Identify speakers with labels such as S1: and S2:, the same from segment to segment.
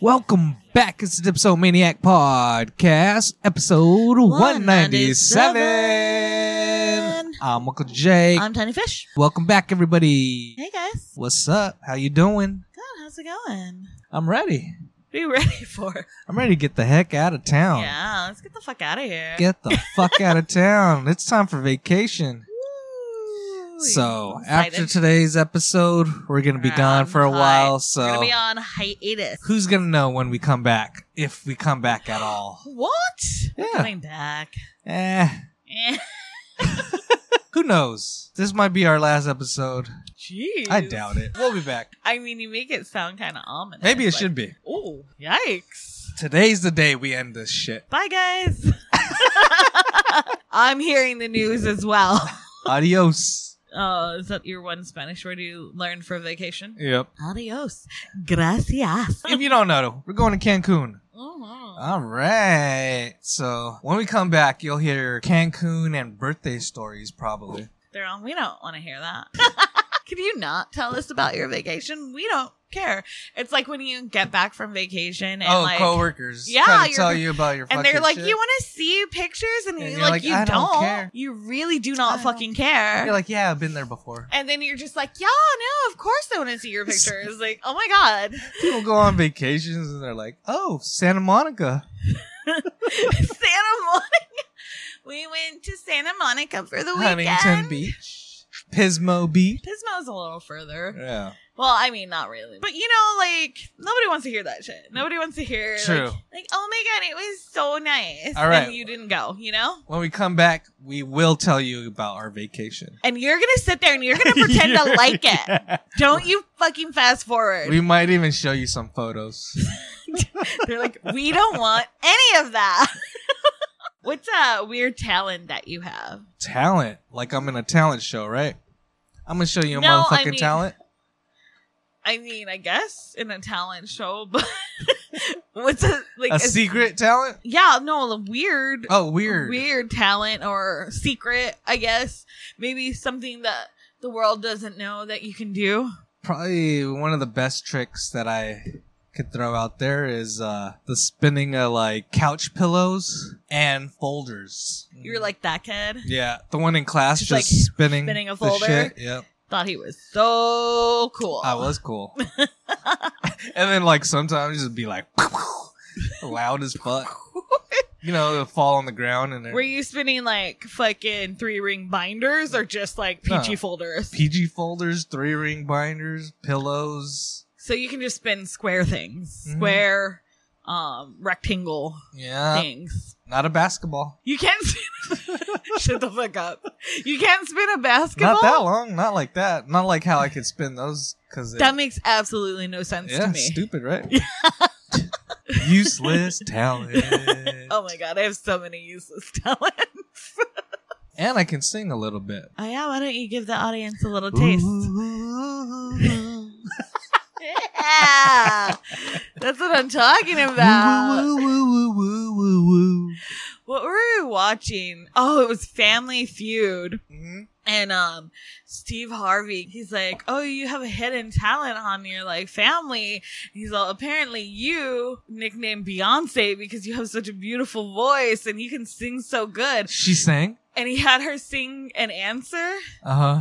S1: Welcome back. It's the Dipsomaniac Podcast, episode 197.
S2: 197.
S1: I'm Uncle Jake.
S2: I'm Tiny Fish.
S1: Welcome back, everybody.
S2: Hey guys.
S1: What's up? How you doing?
S2: Good. How's it going?
S1: I'm ready.
S2: Be ready for it.
S1: I'm ready to get the heck out of town.
S2: Yeah, let's get the fuck out of here.
S1: Get the fuck out of town. It's time for vacation.
S2: Woo.
S1: So,
S2: I'm
S1: after
S2: excited.
S1: today's episode, we're going to be
S2: We're
S1: gone
S2: on
S1: for a
S2: hi-
S1: while.
S2: we're gonna
S1: So,
S2: be on hiatus.
S1: who's going to know when we come back? If we come back at all.
S2: What? We're
S1: Yeah.
S2: coming back.
S1: Eh.
S2: Eh.
S1: Who knows? This might be our last episode.
S2: Jeez.
S1: I doubt it. We'll be back.
S2: I mean, you make it sound kind of ominous.
S1: Maybe it should be.
S2: Oh, yikes.
S1: Today's the day we end this shit.
S2: Bye, guys. I'm hearing the news as well.
S1: Adios.
S2: Oh, is that your one Spanish word you learned for vacation?
S1: Yep.
S2: Adios. Gracias.
S1: If you don't know, we're going to Cancun.
S2: Mhm.
S1: All right. So when we come back, you'll hear Cancun and birthday stories probably.
S2: They're on. We don't want to hear that. Can you not tell us about your vacation? We don't care. It's like when you get back from vacation and
S1: oh,
S2: like.
S1: coworkers.
S2: Yeah,
S1: Try to
S2: your-
S1: tell you about your
S2: and
S1: fucking
S2: they're like,
S1: shit.
S2: you want to see pictures, and,
S1: And
S2: you're
S1: you're
S2: like,
S1: like,
S2: you
S1: "I
S2: don't.
S1: don't care."
S2: You really do
S1: I
S2: not
S1: don't
S2: fucking care.
S1: You're like, yeah, I've been there before.
S2: and then you're just like, yeah, no, of course I want to see your pictures. like, oh my god,
S1: People go on vacations and they're like, oh, Santa Monica.
S2: Santa Monica. We went to Santa Monica for the weekend.
S1: Huntington Beach. Pismo Beach.
S2: Pismo's a little further.
S1: Yeah.
S2: Well, I mean, not really. But you know, like nobody wants to hear that shit. Nobody wants to hear like-
S1: True.
S2: Like, oh my god, it was so nice.
S1: All right.
S2: And you didn't go, you know?
S1: When we come back, we will tell you about our vacation.
S2: And you're gonna sit there and you're gonna pretend to like it. Don't you fucking fast forward.
S1: We might even show you some photos.
S2: They're like, we don't want any of that. What's a weird talent that you have?
S1: talent. Like I'm in a talent show, right? I'm gonna show you a
S2: No, I
S1: motherfucking
S2: mean-
S1: talent.
S2: I mean, I guess in a talent show, but what's a like
S1: A secret talent?
S2: yeah, no, a weird
S1: Oh, weird.
S2: talent or secret, I guess. Maybe something that the world doesn't know that you can do.
S1: Probably one of the best tricks that I could throw out there is uh the spinning of like couch pillows and folders.
S2: You were like that kid.
S1: Yeah, the one in class
S2: Just,
S1: just,
S2: like,
S1: spinning,
S2: spinning a
S1: the
S2: folder?
S1: Shit. Yep,
S2: Thought he was so cool.
S1: I Oh, was cool. and then like sometimes it'd be like loud as fuck. You know, it'll fall on the ground and
S2: Were
S1: they're
S2: you spinning like fucking three ring binders or just like peachy
S1: No.
S2: folders?
S1: PG folders, three ring binders, pillows.
S2: So you can just spin square things,
S1: Mhm.
S2: square, um, rectangle
S1: Yeah,
S2: things.
S1: not a basketball.
S2: You can't spin- shut the fuck up. You can't spin a basketball.
S1: Not that long. Not like that. Not like how I could spin those because
S2: That makes absolutely no sense
S1: yeah,
S2: to me.
S1: stupid, right? Useless talent.
S2: Oh my god, I have so many useless talents.
S1: And I can sing a little bit.
S2: Oh yeah, why don't you give the audience a little taste?
S1: Ooh.
S2: Yeah, that's what I'm talking about.
S1: Woo, woo, woo, woo, woo, woo.
S2: What were we watching? Oh, it was Family Feud.
S1: Mhm.
S2: And um, Steve Harvey, he's like, "Oh, you have a hidden talent on your like family." And he's all, "Apparently, you nicknamed Beyonce because you have such a beautiful voice and you can sing so good."
S1: She sang.
S2: And he had her sing an answer.
S1: Uh huh.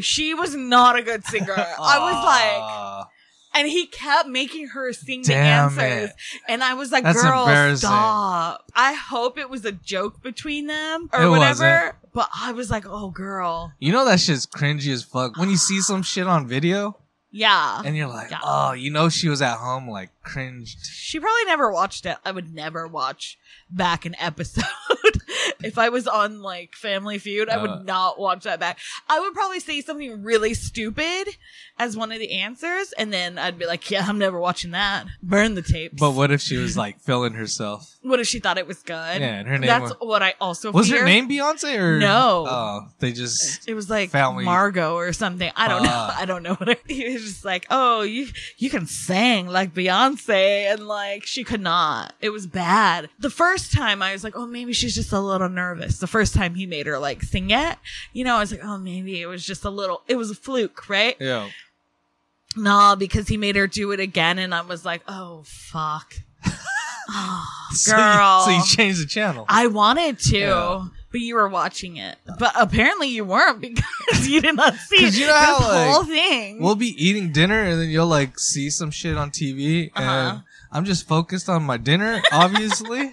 S2: She was not a good singer. I was like,
S1: Ah.
S2: and he kept making her sing
S1: Damn
S2: the answers.
S1: it.
S2: And I was like,
S1: That's
S2: girl,
S1: embarrassing.
S2: stop. I hope it was a joke between them or
S1: It
S2: whatever. But I was like, oh, girl.
S1: You know that shit's cringy as fuck. When you see some shit on video
S2: Yeah.
S1: and you're like,
S2: Yeah.
S1: oh, you know she was at home like cringed.
S2: She probably never watched it. I would never watch back an episode. if I was on like Family Feud, I
S1: Uh.
S2: would not watch that back. I would probably say something really stupid as one of the answers, and then I'd be like, "Yeah, I'm never watching that. Burn the tapes."
S1: But what if she was like feeling herself?
S2: What if she thought it was good?
S1: Yeah, and her name
S2: That's
S1: was,
S2: what I also
S1: was
S2: fear.
S1: her name Beyonce or
S2: No.
S1: Oh, they just
S2: It was like
S1: Family-
S2: Margot or something. I don't know.
S1: Fuck.
S2: I don't know what it, he was just like. Oh, you you can sing like Beyonce, and like she could not. It was bad. The first time I was like, oh, maybe she's just a little nervous. The first time he made her like sing it, you know, I was like, oh, maybe it was just a little. It was a fluke, right?
S1: yeah.
S2: No, because he made her do it again, and I was like, oh fuck, oh,
S1: So you-
S2: girl.
S1: So you, changed the channel.
S2: I wanted to,
S1: Yeah.
S2: but you were watching it. But apparently you weren't because you did not see
S1: 'Cause you know
S2: this
S1: how, like,
S2: whole thing.
S1: we'll be eating dinner and then you'll like see some shit on TV
S2: Uh-huh.
S1: and I'm just focused on my dinner, obviously.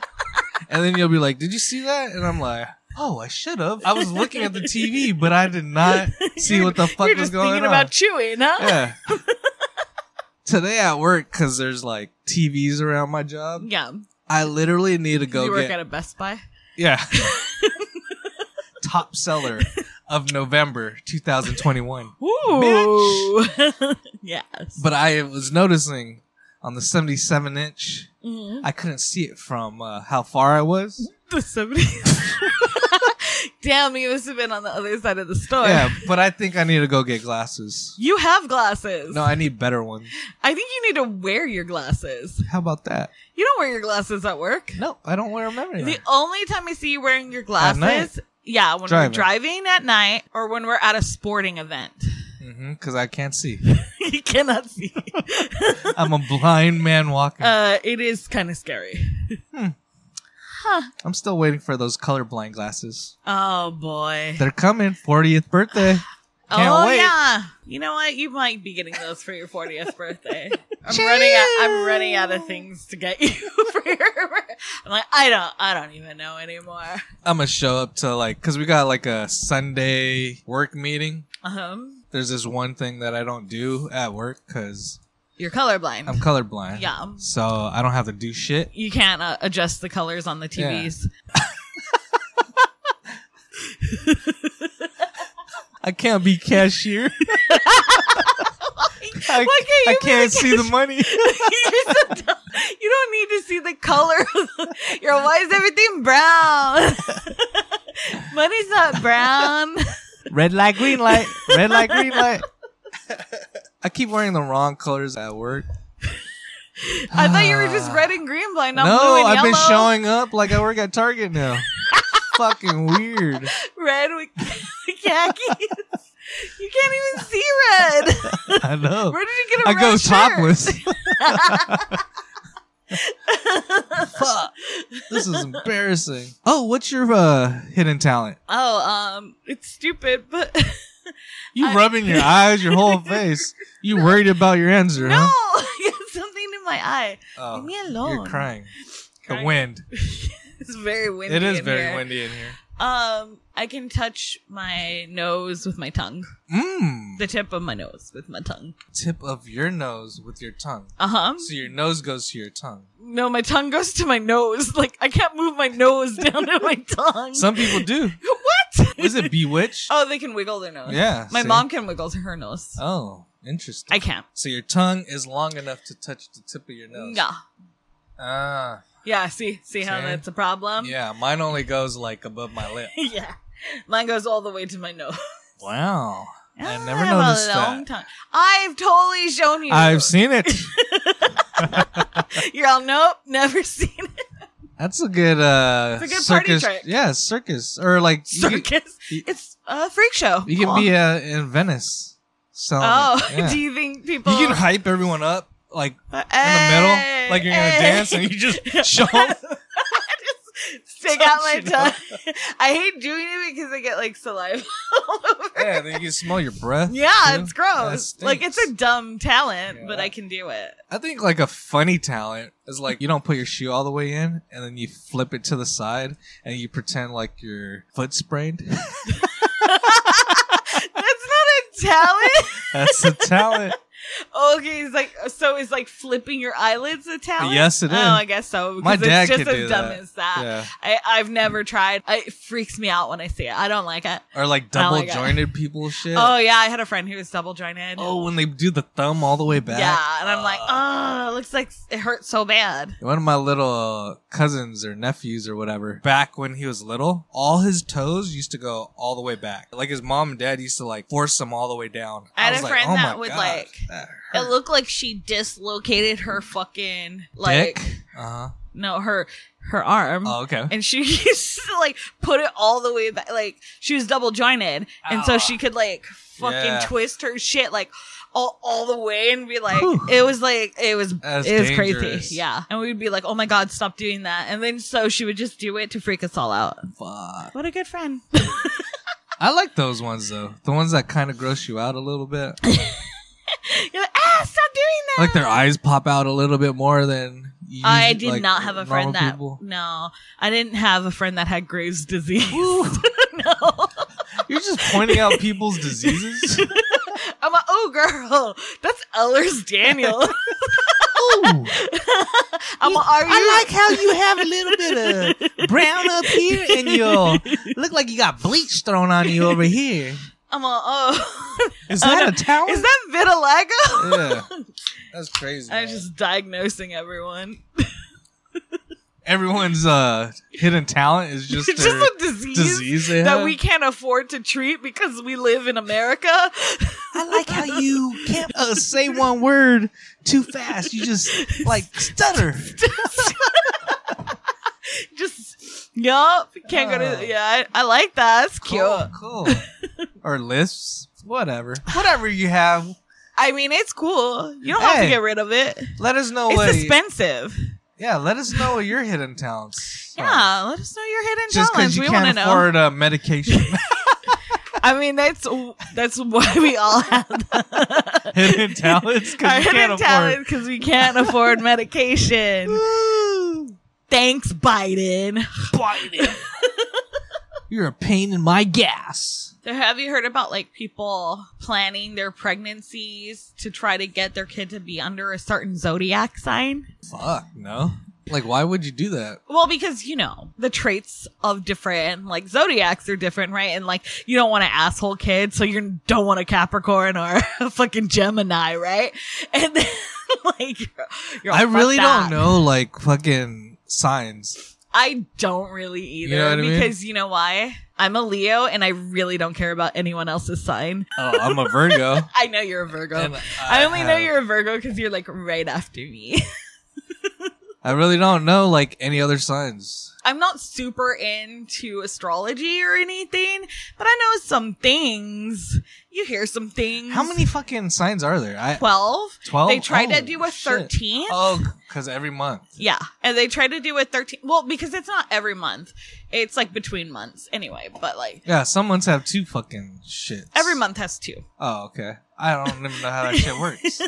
S1: and then you'll be like, "Did you see that?" And I'm like, "Oh, I should have. I was looking at the TV, but I did not see
S2: You're-
S1: what the fuck
S2: You're
S1: was
S2: just
S1: going
S2: thinking
S1: on."
S2: about chewing, huh?
S1: yeah. Today at work, cause there's like TVs around my job.
S2: Yeah.
S1: I literally need to go
S2: you work
S1: get
S2: at a Best Buy.
S1: yeah top seller of November 2021.
S2: Ooh. yes.
S1: But I was noticing on the 77 inch,
S2: Mhm.
S1: I couldn't see it from uh, how far I was.
S2: The 70s. Damn, you must have been on the other side of the store.
S1: Yeah, but I think I need to go get glasses.
S2: You have glasses.
S1: No, I need better ones.
S2: I think you need to wear your glasses.
S1: How about that?
S2: You don't wear your glasses at work.
S1: Nope, I don't wear them anymore.
S2: The only time I see you wearing your
S1: At night.
S2: glasses, yeah, when
S1: Driving.
S2: we're driving at night or when we're at a sporting event.
S1: Because Mm-hmm, I can't see.
S2: you cannot see.
S1: I'm a blind man walking.
S2: uh, it is kind of scary.
S1: I'm still waiting for those colorblind glasses.
S2: Oh boy.
S1: They're coming. 40th birthday. Can't
S2: oh
S1: wait.
S2: yeah. You know what? You might be getting those for your 40th birthday. I'm running out I'm running out of things to get you for your I'm like, I don't I don't even know anymore.
S1: I'm gonna show up to like, cause we got like a Sunday work meeting.
S2: Um
S1: There's this one thing that I don't do at work because
S2: you're colorblind.
S1: I'm colorblind.
S2: yeah.
S1: So I don't have to do shit.
S2: You can't uh, adjust the colors on the TVs.
S1: I can't be cashier. I,
S2: Why can't you
S1: I
S2: be
S1: can't
S2: the
S1: see the money.
S2: You're so dumb. you don't need to see the color. You're why is everything brown? Money's not brown.
S1: Red light, green light. Red light, green light. I keep wearing the wrong colors at work.
S2: I thought you were just red and green blind, not
S1: no,
S2: blue and
S1: I've
S2: yellow.
S1: been showing up like I work at Target now. Fucking weird.
S2: red with with khakis. you can't even see red.
S1: I know.
S2: Where did you get a
S1: I
S2: red
S1: go
S2: shirt?
S1: topless. Fuck. This is embarrassing. Oh, what's your uh, hidden talent?
S2: Oh, um, it's stupid, but
S1: You
S2: I-
S1: rubbing your eyes, your whole face. You worried about your answer,
S2: no,
S1: huh?
S2: I got something in my eye.
S1: Oh,
S2: Leave me alone.
S1: You're crying. The
S2: Crying.
S1: wind.
S2: It's very windy.
S1: It is
S2: in
S1: very
S2: here.
S1: windy in here.
S2: Um, I can touch my nose with my tongue.
S1: Mmm.
S2: the tip of my nose with my tongue.
S1: Tip of your nose with your tongue.
S2: Uh huh.
S1: So your nose goes to your tongue.
S2: No, my tongue goes to my nose. Like I can't move my nose down to my tongue.
S1: Some people do.
S2: what?
S1: Is it bewitched?
S2: oh, they can wiggle their nose.
S1: yeah.
S2: My
S1: see?
S2: mom can wiggle her nose.
S1: Oh, interesting.
S2: I can't.
S1: So your tongue is long enough to touch the tip of your nose.
S2: Yeah.
S1: Ah,
S2: Yeah. See, see how
S1: See?
S2: that's a problem.
S1: yeah. Mine only goes like above my lip.
S2: yeah. Mine goes all the way to my nose.
S1: Wow. I never
S2: have a
S1: noticed
S2: long
S1: that.
S2: tongue. I've totally shown you.
S1: I've seen it.
S2: You're all nope. Never seen it.
S1: That's a good uh
S2: It's a good party
S1: circus.
S2: trick.
S1: Yeah, circus or like you can,
S2: Circus.
S1: you-
S2: it's a freak show.
S1: you can
S2: Cool.
S1: be uh, in Venice. So
S2: Oh,
S1: yeah.
S2: do you think people?
S1: you can hype everyone up like in the middle, like you're gonna dance, and you just show 'em.
S2: Stick out my
S1: Touch it up.
S2: tongue. I hate doing it because I get like saliva all over.
S1: Yeah, then you can smell your breath.
S2: Yeah,
S1: too.
S2: it's
S1: That
S2: gross.
S1: stinks.
S2: Like it's a dumb talent, but
S1: Yeah.
S2: I can do it.
S1: I think like a funny talent is like you don't put your shoe all the way in and then you flip it to the side and you pretend like your foot sprained.
S2: That's not a talent.
S1: That's a talent.
S2: okay, it's like so. Is like flipping your eyelids a talent?
S1: Yes, it
S2: Oh,
S1: is.
S2: I guess so. Because
S1: My dad
S2: it's just
S1: could
S2: as
S1: do
S2: dumb
S1: that.
S2: as that.
S1: yeah.
S2: I, I've never tried. I, it freaks me out when I see it. I don't like it.
S1: Or like
S2: I
S1: double
S2: like it.
S1: jointed people shit.
S2: Oh yeah, I had a friend who was double jointed.
S1: Oh, when they do the thumb all the way back.
S2: Yeah, and I'm like,
S1: Uh,
S2: oh, it looks like it hurts so bad.
S1: One of my little uh, cousins or nephews or whatever, back when he was little, all his toes used to go all the way back. Like his mom and dad used to like force him all the way down.
S2: I had
S1: was
S2: a
S1: like,
S2: friend
S1: "Oh
S2: that
S1: my
S2: would,
S1: God,
S2: like,
S1: that
S2: It
S1: hurt."
S2: looked like she dislocated her fucking like
S1: Dick? Uh-huh.
S2: no her her arm.
S1: Oh, okay.
S2: And she used to like put it all the way back. Like she was double jointed, and so
S1: Ah.
S2: she could like fucking
S1: Yeah.
S2: twist her shit. Like all, all the way and be like,
S1: Whew.
S2: it was like, it was,
S1: That's
S2: it was
S1: dangerous.
S2: crazy. Yeah. And we'd be like, oh my God, stop doing that. And then so she would just do it to freak us all out.
S1: Fuck.
S2: What a good friend.
S1: I like those ones though. The ones that kind of gross you out a little bit.
S2: You're like, ah, stop doing that.
S1: Like their eyes pop out a little bit more than. You,
S2: I did
S1: like,
S2: not have a friend
S1: normal
S2: that.
S1: people.
S2: No, I didn't have a friend that had Graves' disease.
S1: Ooh,
S2: no,
S1: you're just pointing out people's diseases.
S2: I'm a oh girl. That's Ellers Daniel.
S1: Ooh.
S2: I'm a are you?
S1: I like how you have a little bit of brown up here and you look like you got bleach thrown on you over here.
S2: I'm a oh.
S1: Is
S2: Oh,
S1: that
S2: no.
S1: a talent?
S2: Is that vitiligo?
S1: yeah. That's crazy.
S2: I'm
S1: man.
S2: just diagnosing everyone.
S1: Everyone's uh, hidden talent is just,
S2: It's just
S1: their
S2: a disease,
S1: disease they
S2: that
S1: have.
S2: we can't afford to treat because we live in America.
S1: I like how you can't uh, say one word too fast. You just like stutter.
S2: just yup, can't go
S1: Oh.
S2: to. Yeah, I, I like that. It's cute.
S1: Cool. cool. or lisps. Whatever. Whatever you have.
S2: I mean, it's cool. You don't have to
S1: Hey. Oh,
S2: get rid of it.
S1: Let us know
S2: it's
S1: what.
S2: expensive.
S1: yeah, let us know what your hidden talents. are.
S2: Yeah, let us know your hidden
S1: Just because
S2: talents.
S1: you
S2: We want to
S1: can't
S2: know.
S1: afford uh, medication.
S2: I mean, that's that's why we all have that.
S1: hidden talents because
S2: our
S1: you can't
S2: hidden
S1: afford.
S2: talent because we can't afford medication.
S1: Woo.
S2: Thanks, Biden.
S1: You're a pain in my gas.
S2: So have you heard about like people planning their pregnancies to try to get their kid to be under a certain zodiac sign?
S1: Fuck no. Like, why would you do that?
S2: Well, because you know the traits of different like zodiacs are different, right? And like you don't want an asshole kid, so you don't want a Capricorn or a fucking Gemini, right? And then like you're, you're all,
S1: I
S2: "Fuck
S1: really
S2: that."
S1: don't know, like, fucking signs.
S2: I don't really either
S1: know what I mean?
S2: because you know why? I'm a Leo, and I really don't care about anyone else's sign.
S1: Oh, I'm a Virgo.
S2: I know you're a Virgo.
S1: and uh,
S2: I only know
S1: have-
S2: you're a Virgo because you're like right after me.
S1: I really don't know, like, any other signs.
S2: I'm not super into astrology or anything, but I know some things. You hear some things.
S1: How many fucking signs are there? I
S2: 12.
S1: 12?
S2: They tried
S1: Oh,
S2: to do a
S1: shit.
S2: 13th.
S1: Oh, because every month.
S2: Yeah. And they tried to do a 13. Well, because it's not every month. It's like between months anyway, but like
S1: Yeah, some months have two fucking shits.
S2: every month has two.
S1: Oh, okay. I don't even know how that shit works.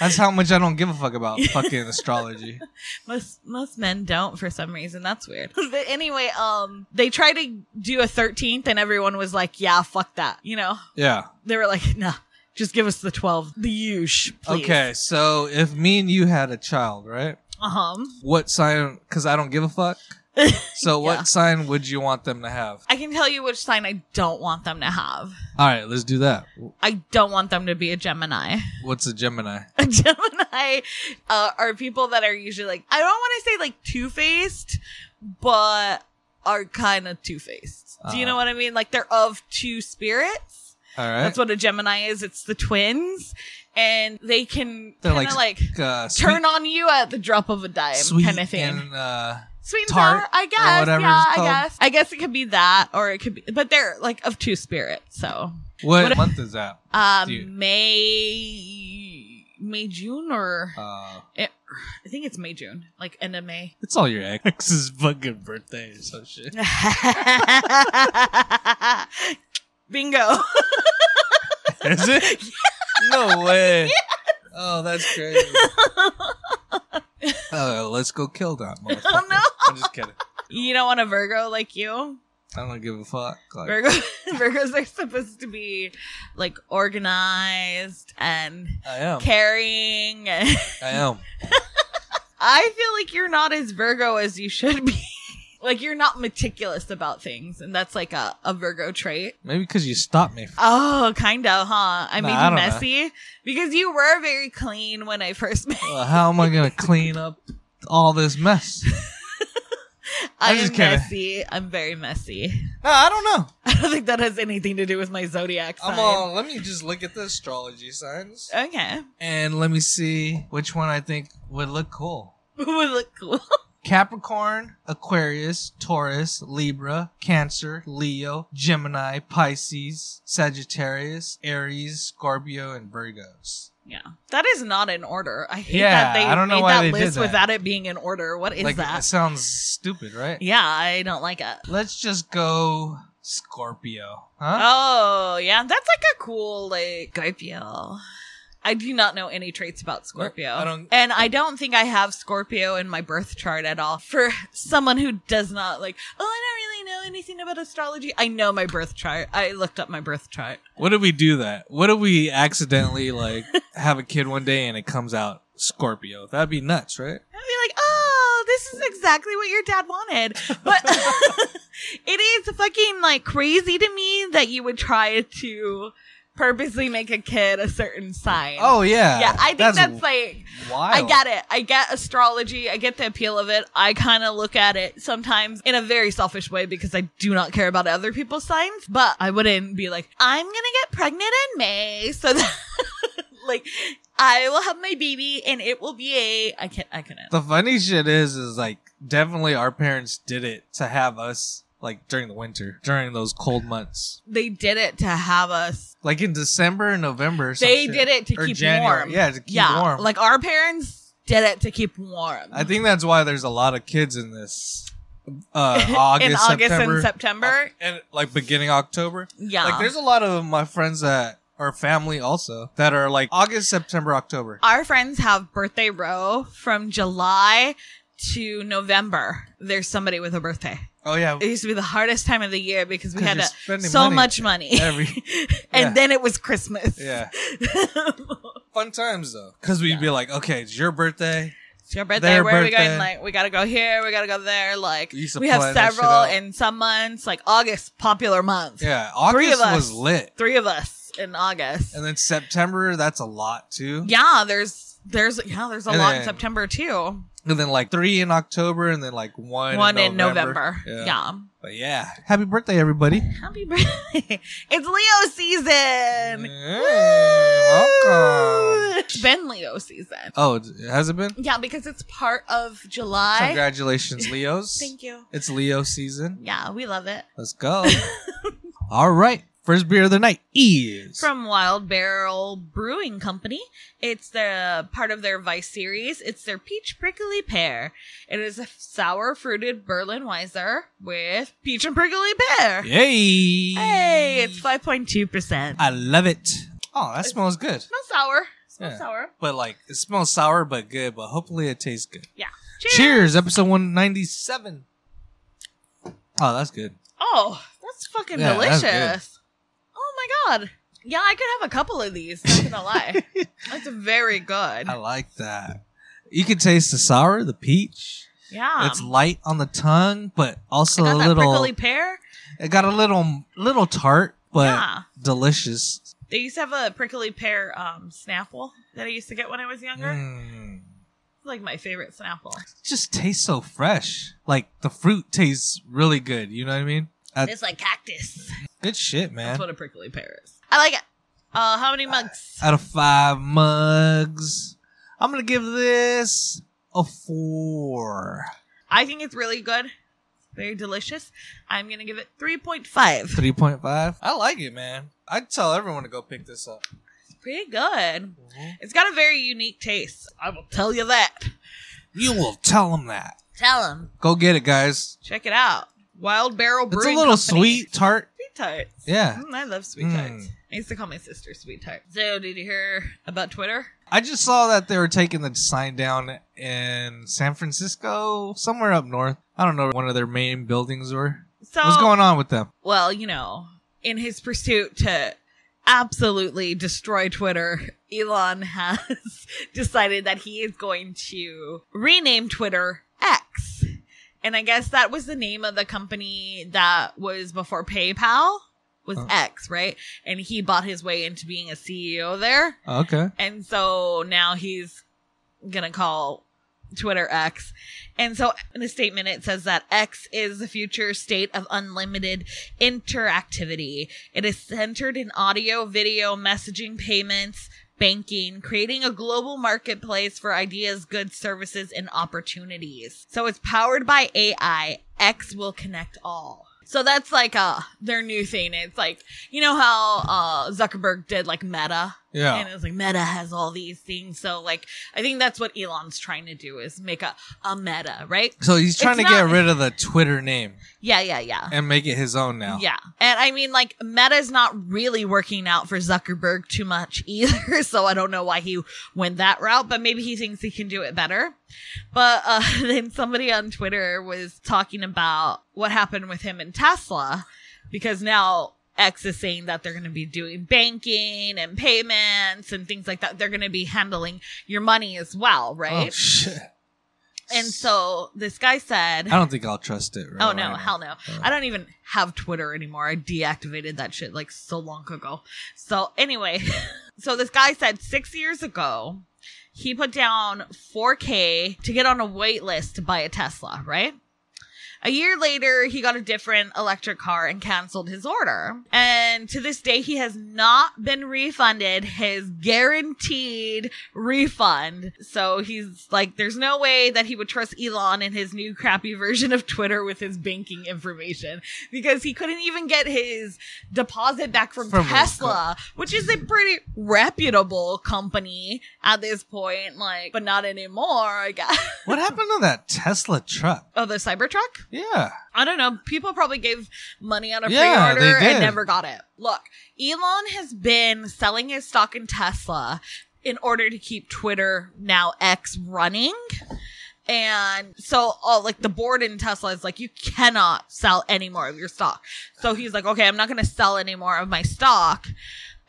S1: That's how much I don't give a fuck about fucking astrology.
S2: Most most men don't for some reason. That's weird. but anyway, um they tried to do a 13th and everyone was like, "Yeah, fuck that." You know?
S1: Yeah.
S2: They were like, "Nah, just give us the 12, the huge." please."
S1: Okay, so if me and you had a child, right?
S2: Uh-huh.
S1: What sign? Because I don't give a fuck. So
S2: Yeah.
S1: what sign would you want them to have?
S2: I can tell you which sign I don't want them to have.
S1: All right, let's do that.
S2: I don't want them to be a Gemini.
S1: What's a Gemini?
S2: A Gemini uh, are people that are usually like, I don't want to say like two faced, but are kind of two faced. Do you
S1: Uh.
S2: know what I mean? Like they're of two spirits.
S1: All right,
S2: That's what a Gemini is. It's the twins, and they can
S1: They're
S2: kind of like,
S1: uh, sweet,
S2: turn on you at the drop of a dime,
S1: sweet
S2: kind of thing.
S1: and uh,
S2: Sweet and
S1: tart
S2: sour, I
S1: or
S2: guess.
S1: whatever
S2: Yeah,
S1: it's
S2: I
S1: called.
S2: guess. I guess it could be that, or it could be, but they're like of two spirits. So
S1: what,
S2: What-
S1: month is that?
S2: Uh,
S1: Dude.
S2: May, May, June, or
S1: Uh,
S2: I think it's May, June, like end of May.
S1: it's all your ex's fucking birthday or some shit.
S2: Bingo.
S1: Is it? No way. Oh, that's crazy. Oh, let's go kill that motherfucker.
S2: no.
S1: I'm just kidding.
S2: You don't want a Virgo like you?
S1: I don't give a fuck. Like,
S2: Virgo, Virgos are supposed to be like organized and
S1: I am.
S2: caring. and-
S1: I am.
S2: I feel like you're not as Virgo as you should be. Like you're not meticulous about things, and that's like a, a Virgo trait.
S1: Maybe because you stopped me.
S2: Oh, kind of, huh?
S1: Nah,
S2: I made
S1: I
S2: you
S1: don't know.
S2: messy because you were very clean when I first met.
S1: Uh, how am I gonna clean up all this mess? I
S2: I
S1: just
S2: am
S1: kinda-
S2: messy. I'm very messy.
S1: No, I don't know.
S2: I don't think that has anything to do with my zodiac sign.
S1: I'm all. Let me just look at the astrology signs
S2: Okay,
S1: and let me see which one I think would look cool.
S2: would look cool.
S1: Capricorn, Aquarius, Taurus, Libra, Cancer, Leo, Gemini, Pisces, Sagittarius, Aries, Scorpio, and Virgos.
S2: Yeah, that is not in order. I hate
S1: Yeah,
S2: that they
S1: I don't know
S2: made
S1: why
S2: that
S1: they did
S2: list
S1: that.
S2: without it being in order. What is
S1: like
S2: that?
S1: sounds stupid, right?
S2: Yeah, I don't like it.
S1: Let's just go Scorpio, huh?
S2: Oh, yeah, that's like a cool like Scorpio. I do not know any traits about Scorpio.
S1: I don't-
S2: and I don't think I have Scorpio in my birth chart at all. For someone who does not like, oh, I don't really know anything about astrology. I know my birth chart. I looked up my birth chart.
S1: What if we do that? What if we accidentally like have a kid one day and it comes out Scorpio? That'd be nuts, right?
S2: I'd be like, oh, this is exactly what your dad wanted. But it is fucking like crazy to me that you would try to purposely make a kid a certain sign.
S1: Oh yeah.
S2: yeah. I think that's, like,
S1: wild.
S2: I get it. I get astrology. I get the appeal of it. I kind of look at it sometimes in a very selfish way because I do not care about other people's signs, but I wouldn't be like, I'm going to get pregnant in May. So that, like, I will have my baby and it will be a, I can't, I couldn't.
S1: The funny shit is, is like definitely our parents did it to have us like during the winter, during those cold months,
S2: they did it to have us.
S1: like in December and November. Or some
S2: They
S1: shit.
S2: did it to
S1: Or
S2: keep
S1: January.
S2: warm.
S1: Yeah, to keep
S2: yeah,
S1: warm.
S2: like our parents did it to keep warm.
S1: I think that's why there's a lot of kids in this uh, August,
S2: in August
S1: September,
S2: and September.
S1: and like beginning October.
S2: Yeah.
S1: Like there's a lot of my friends that are family also that are like August, September, October.
S2: our friends have birthday row from July to November. There's somebody with a birthday.
S1: Oh yeah,
S2: It used to be the hardest time of the year because we
S1: 'Cause
S2: had
S1: you're
S2: to,
S1: spending
S2: so
S1: money
S2: much money.
S1: every
S2: and
S1: yeah.
S2: then it was Christmas.
S1: yeah.
S2: it's
S1: Fun times though, because we'd
S2: Yeah.
S1: be like, okay, it's your birthday.
S2: your birthday.
S1: Their
S2: where are we
S1: birthday.
S2: going? Like, we got to go here. We got to go there. Like,
S1: We used to
S2: we have
S1: plan that shit
S2: several
S1: out.
S2: in some months, like August, popular month.
S1: Yeah,
S2: Three
S1: August
S2: of us.
S1: was lit,
S2: Three of us in August.
S1: and then September that's a lot too.
S2: yeah, there's, there's, yeah, there's a
S1: And
S2: lot in
S1: then-
S2: September too.
S1: and then like three in October, and then like one
S2: One
S1: in
S2: November. yeah.
S1: but yeah, happy birthday everybody.
S2: Happy birthday. It's Leo season.
S1: Yeah,
S2: Woo!
S1: welcome.
S2: It's been Leo season.
S1: Oh, it- has it been?
S2: Yeah, because it's part of July.
S1: Congratulations, Leos.
S2: Thank you.
S1: It's Leo season.
S2: Yeah, we love it.
S1: Let's go. All right. First beer of the night is
S2: From Wild Barrel Brewing Company. It's the part of their Vice series. It's their peach prickly pear. It is a sour fruited Berlin Weiser with peach and prickly pear.
S1: Yay!
S2: Hey, it's 5.2%.
S1: I love it. Oh, that smells good.
S2: smells sour. smells
S1: Yeah.
S2: sour.
S1: But like, it smells sour but good. But hopefully, it tastes good.
S2: Cheers.
S1: Cheers, episode one ninety seven. Oh, that's good.
S2: Oh, that's fucking
S1: Yeah, that's
S2: delicious.
S1: good.
S2: oh my god. Yeah, I could have a couple of these, not gonna lie. That's very good.
S1: I like that. You can taste the sour, the peach.
S2: Yeah.
S1: it's light on the tongue, but
S2: I
S1: also
S2: Um, got
S1: a
S2: that
S1: little.
S2: prickly pear.
S1: It got a little little tart, but
S2: yeah.
S1: delicious.
S2: They used to have a prickly pear um snapple that I used to get when I was younger.
S1: Mm.
S2: It's like my favorite snapple.
S1: Just tastes so fresh. Like the fruit tastes really good. You know what I mean? That-
S2: it's like cactus.
S1: Good shit, man.
S2: That's what a prickly pear is. I like it. Uh how many mugs?
S1: Out of five mugs, I'm gonna give this a four.
S2: I think it's really good. Very delicious. I'm gonna give it three point five.
S1: Three point five. I like it, man. I'd tell everyone to go pick this up.
S2: Pretty good.
S1: Mm-hmm.
S2: It's got a very unique taste. I will tell you that.
S1: You will tell them that.
S2: Tell them.
S1: Go get it, guys.
S2: Check it out. Wild Barrel
S1: It's a
S2: Brewing
S1: little
S2: Company.
S1: sweet, tart.
S2: Sweet tarts.
S1: Yeah.
S2: Mm, I love sweet
S1: Mm.
S2: tarts. I used to call my sister sweet tart. So, did you hear about Twitter?
S1: I just saw that they were taking the sign down in San Francisco, somewhere up north. I don't know where one of their main buildings were.
S2: So,
S1: What's going on with them?
S2: well, you know, in his pursuit to absolutely destroy Twitter, Elon has decided that he is going to rename Twitter X. And I guess that was the name of the company that was before PayPal was
S1: Oh.
S2: X, right? And he bought his way into being a CEO there.
S1: Okay.
S2: And so now he's going to call Twitter X. And so in a statement, it says that X is the future state of unlimited interactivity. It is centered in audio, video, messaging, payments, banking, creating a global marketplace for ideas, goods, services, and opportunities. So it's powered by AI. X will connect all. So that's like uh their new thing. It's like you know how uh Zuckerberg did like Meta and
S1: Yeah.
S2: it was like Meta has all these things. So like I think that's what Elon's trying to do is make a a Meta, right?
S1: So he's trying
S2: It's
S1: to
S2: not-
S1: get rid of the Twitter name
S2: Yeah, yeah, yeah.
S1: and make it his own now.
S2: Yeah. And I mean, like, Meta's not really working out for Zuckerberg too much either. So I don't know why he went that route, but maybe he thinks he can do it better. But uh, then somebody on Twitter was talking about what happened with him and Tesla because now X is saying that they're going to be doing banking and payments and things like that. They're going to be handling your money as well,
S1: Oh,
S2: right?
S1: shit. Oh,
S2: and so this guy said,
S1: I don't think I'll trust it. Right
S2: Oh no,
S1: right
S2: hell
S1: now.
S2: no.
S1: Uh,
S2: I don't even have Twitter anymore. I deactivated that shit like so long ago. So anyway, so this guy said 6 years ago he put down 4k to get on a wait list to buy a Tesla, right? A year later, he got a different electric car and canceled his order. And to this day, he has not been refunded his guaranteed refund. So he's like, there's no way that he would trust Elon and his new crappy version of Twitter with his banking information because he couldn't even get his deposit back from,
S1: From his
S2: Tesla, which is a pretty reputable company at this point. Like, but not anymore, I guess.
S1: What happened to that Tesla truck?
S2: Oh, the Cybertruck?
S1: Yeah.
S2: I don't know. People probably gave money on a
S1: Yeah, they
S2: pre-order and
S1: did.
S2: never got it. Look, Elon has been selling his stock in Tesla in order to keep Twitter now X running. And so all like the board in Tesla is like, you cannot sell any more of your stock. So he's like, okay, I'm not gonna sell any more of my stock.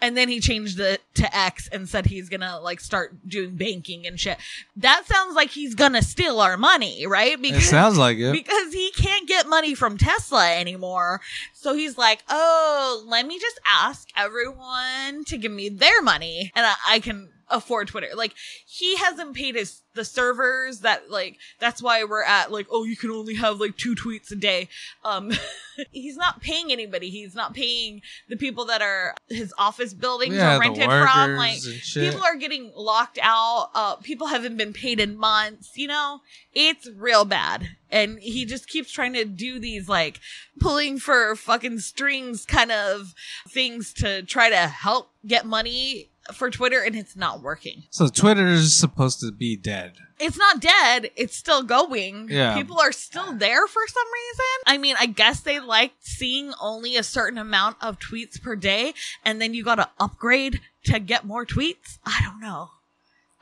S2: And then he changed it to X and said he's gonna like start doing banking and shit. That sounds like he's gonna steal our money, right?
S1: It sounds like it.
S2: because he can't get money from Tesla anymore. So he's like, oh, let me just ask everyone to give me their money and I, I can afford Twitter. Like he hasn't paid his the servers that like that's why we're at like, oh, you can only have like two tweets a day. Um he's not paying anybody. He's not paying the people that are his office buildings
S1: yeah,
S2: are
S1: the
S2: rented
S1: workers
S2: from. Like
S1: and shit.
S2: People are getting locked out. Uh, people haven't been paid in months. You know, it's real bad. And he just keeps trying to do these like pulling for fucking strings kind of things to try to help get money for Twitter, and it's not working.
S1: so Twitter's supposed to be dead.
S2: It's not dead. It's still going.
S1: Yeah.
S2: People are still there for some reason. I mean, I guess they liked seeing only a certain amount of tweets per day and then you got to upgrade to get more tweets. I don't know.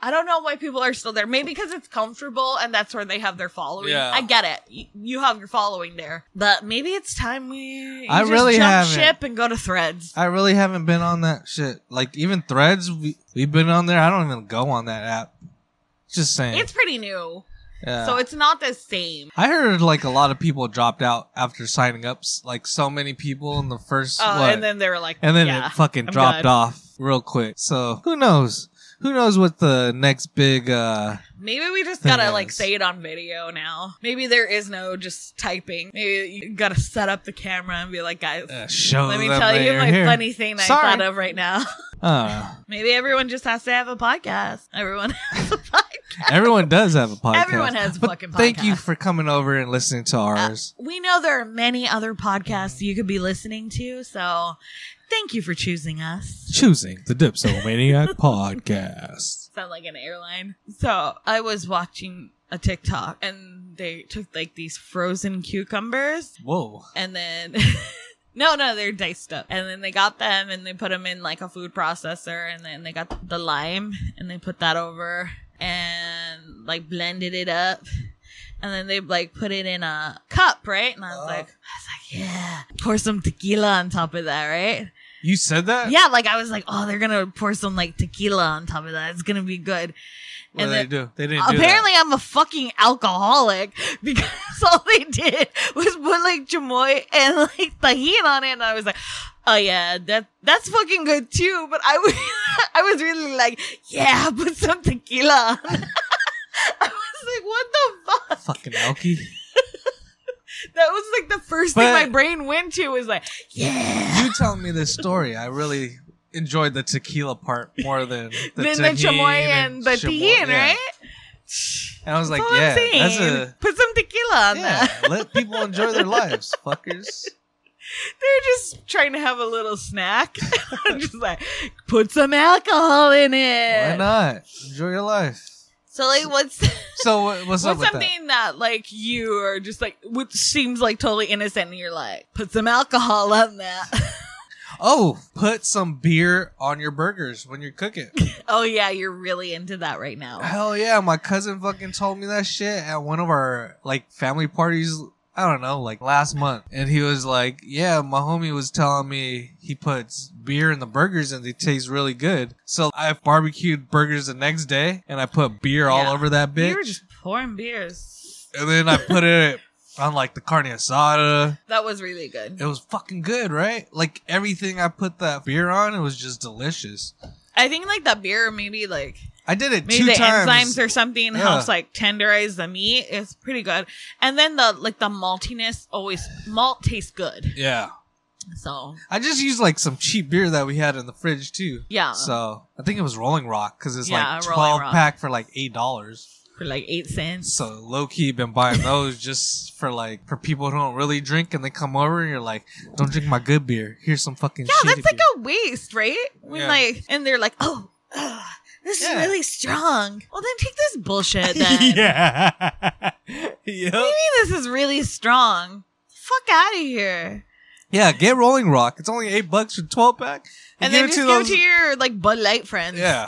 S2: I don't know why people are still there. Maybe because it's comfortable and that's where they have their following.
S1: Yeah.
S2: I get it. You, you have your following there. But maybe it's time we you
S1: I
S2: just
S1: really
S2: jump
S1: haven't.
S2: ship and go to threads.
S1: I really haven't been on that shit. Like even Threads, we, we've been on there. I don't even go on that app. Just saying.
S2: It's pretty new.
S1: yeah.
S2: So it's not the same.
S1: I heard like a lot of people dropped out after signing up. s- Like so many people in the first.
S2: Uh,
S1: what?
S2: and then they were like,
S1: And then
S2: yeah.
S1: it fucking
S2: I'm
S1: dropped
S2: good.
S1: off real quick. So who knows? Who knows what the next big? uh
S2: Maybe we just
S1: Thing
S2: gotta like
S1: is-
S2: say it on video now. Maybe there is no just typing. Maybe you gotta set up the camera and be like, guys,
S1: uh, show
S2: let me
S1: them
S2: tell
S1: that
S2: you
S1: you're
S2: my
S1: here.
S2: funny thing that
S1: Sorry.
S2: I thought of right now.
S1: Uh,
S2: Maybe everyone just has to have a podcast. Everyone has a podcast.
S1: everyone does have a podcast.
S2: Everyone has a
S1: But
S2: fucking
S1: Thank you
S2: podcast. Uh,
S1: for coming over and listening to ours.
S2: We know there are many other podcasts you could be listening to, so thank you for choosing us.
S1: Choosing the Dipsomaniac podcast.
S2: sound like an airline. So I was watching a TikTok and they took like these frozen cucumbers
S1: Whoa.
S2: and then no no they're diced up and then they got them and they put them in like a food processor and then they got the lime and they put that over and like blended it up and then they like put it in a cup right and i was
S1: Uh-huh.
S2: like i was like yeah pour some tequila on top of that right
S1: You said that?
S2: yeah like i was like oh they're gonna pour some like tequila on top of that it's gonna be good
S1: What did
S2: and then-
S1: they do? They didn't do
S2: Apparently, I'm a fucking alcoholic because all they did was put like chamoy and like tahini on it, and I was like, "Oh yeah, that that's fucking good too." But I was I was really like, "Yeah, put some tequila." on it." I was like, "What the
S1: that. Fucking Elkie.
S2: fuck?" That was like the first
S1: But-
S2: thing my brain went to was like, "Yeah."
S1: you telling me this story, I really enjoyed the tequila part more than the
S2: then the
S1: tajin
S2: chamoy and the
S1: chamoy-
S2: tequila,
S1: yeah.
S2: right?
S1: And I was like,
S2: That's all
S1: yeah,
S2: I'm saying.
S1: that's a
S2: Put some tequila on
S1: yeah.
S2: that.
S1: let people enjoy their lives, fuckers.
S2: They're just trying to have a little snack. I'm just like, put some alcohol in it.
S1: Why not enjoy your life?
S2: So like, what's
S1: So what- what's,
S2: what's,
S1: up with that?
S2: something that? like you are just like what seems like totally innocent, and you're like, put some alcohol on that.
S1: Oh, put some beer on your burgers when you cook it.
S2: oh yeah, you're really into that right now.
S1: Hell yeah, my cousin fucking told me that shit at one of our like family parties. I don't know, like last month, and he was like, "Yeah, my homie was telling me he puts beer in the burgers and they taste really good." So I barbecued burgers the next day, and I put beer
S2: Yeah.
S1: all over that bitch,
S2: You were just pouring beers.
S1: and then I put it on like the carne asada.
S2: That was really good.
S1: It was fucking good, right? Like everything I put that beer on, it was just delicious.
S2: I think like that beer maybe like
S1: I did it
S2: maybe
S1: two
S2: the
S1: times.
S2: enzymes or something
S1: Yeah.
S2: helps like tenderize the meat. It's pretty good. And then the like the maltiness always malt tastes good.
S1: yeah,
S2: So
S1: I just used like some cheap beer that we had in the fridge too.
S2: yeah,
S1: So I think it was Rolling Rock because it's
S2: Yeah,
S1: like
S2: Rolling
S1: twelve
S2: Rock.
S1: pack for like eight dollars.
S2: for like eight cents.
S1: So low key been buying those just for like for people who don't really drink and they come over and you're like, don't drink my good beer. Here's some fucking
S2: Yeah,
S1: shitty
S2: that's like
S1: beer.
S2: a waste, right? When
S1: Yeah.
S2: like, and they're like, oh, ugh, this
S1: Yeah.
S2: is really strong. Well, then take this bullshit. Then
S1: yeah, yep.
S2: Maybe this is really strong. Fuck out of here.
S1: yeah. Get Rolling Rock. It's only eight bucks for twelve pack. You
S2: And
S1: give
S2: then
S1: it
S2: just
S1: to
S2: give
S1: those-
S2: it to your like Bud Light friends.
S1: yeah.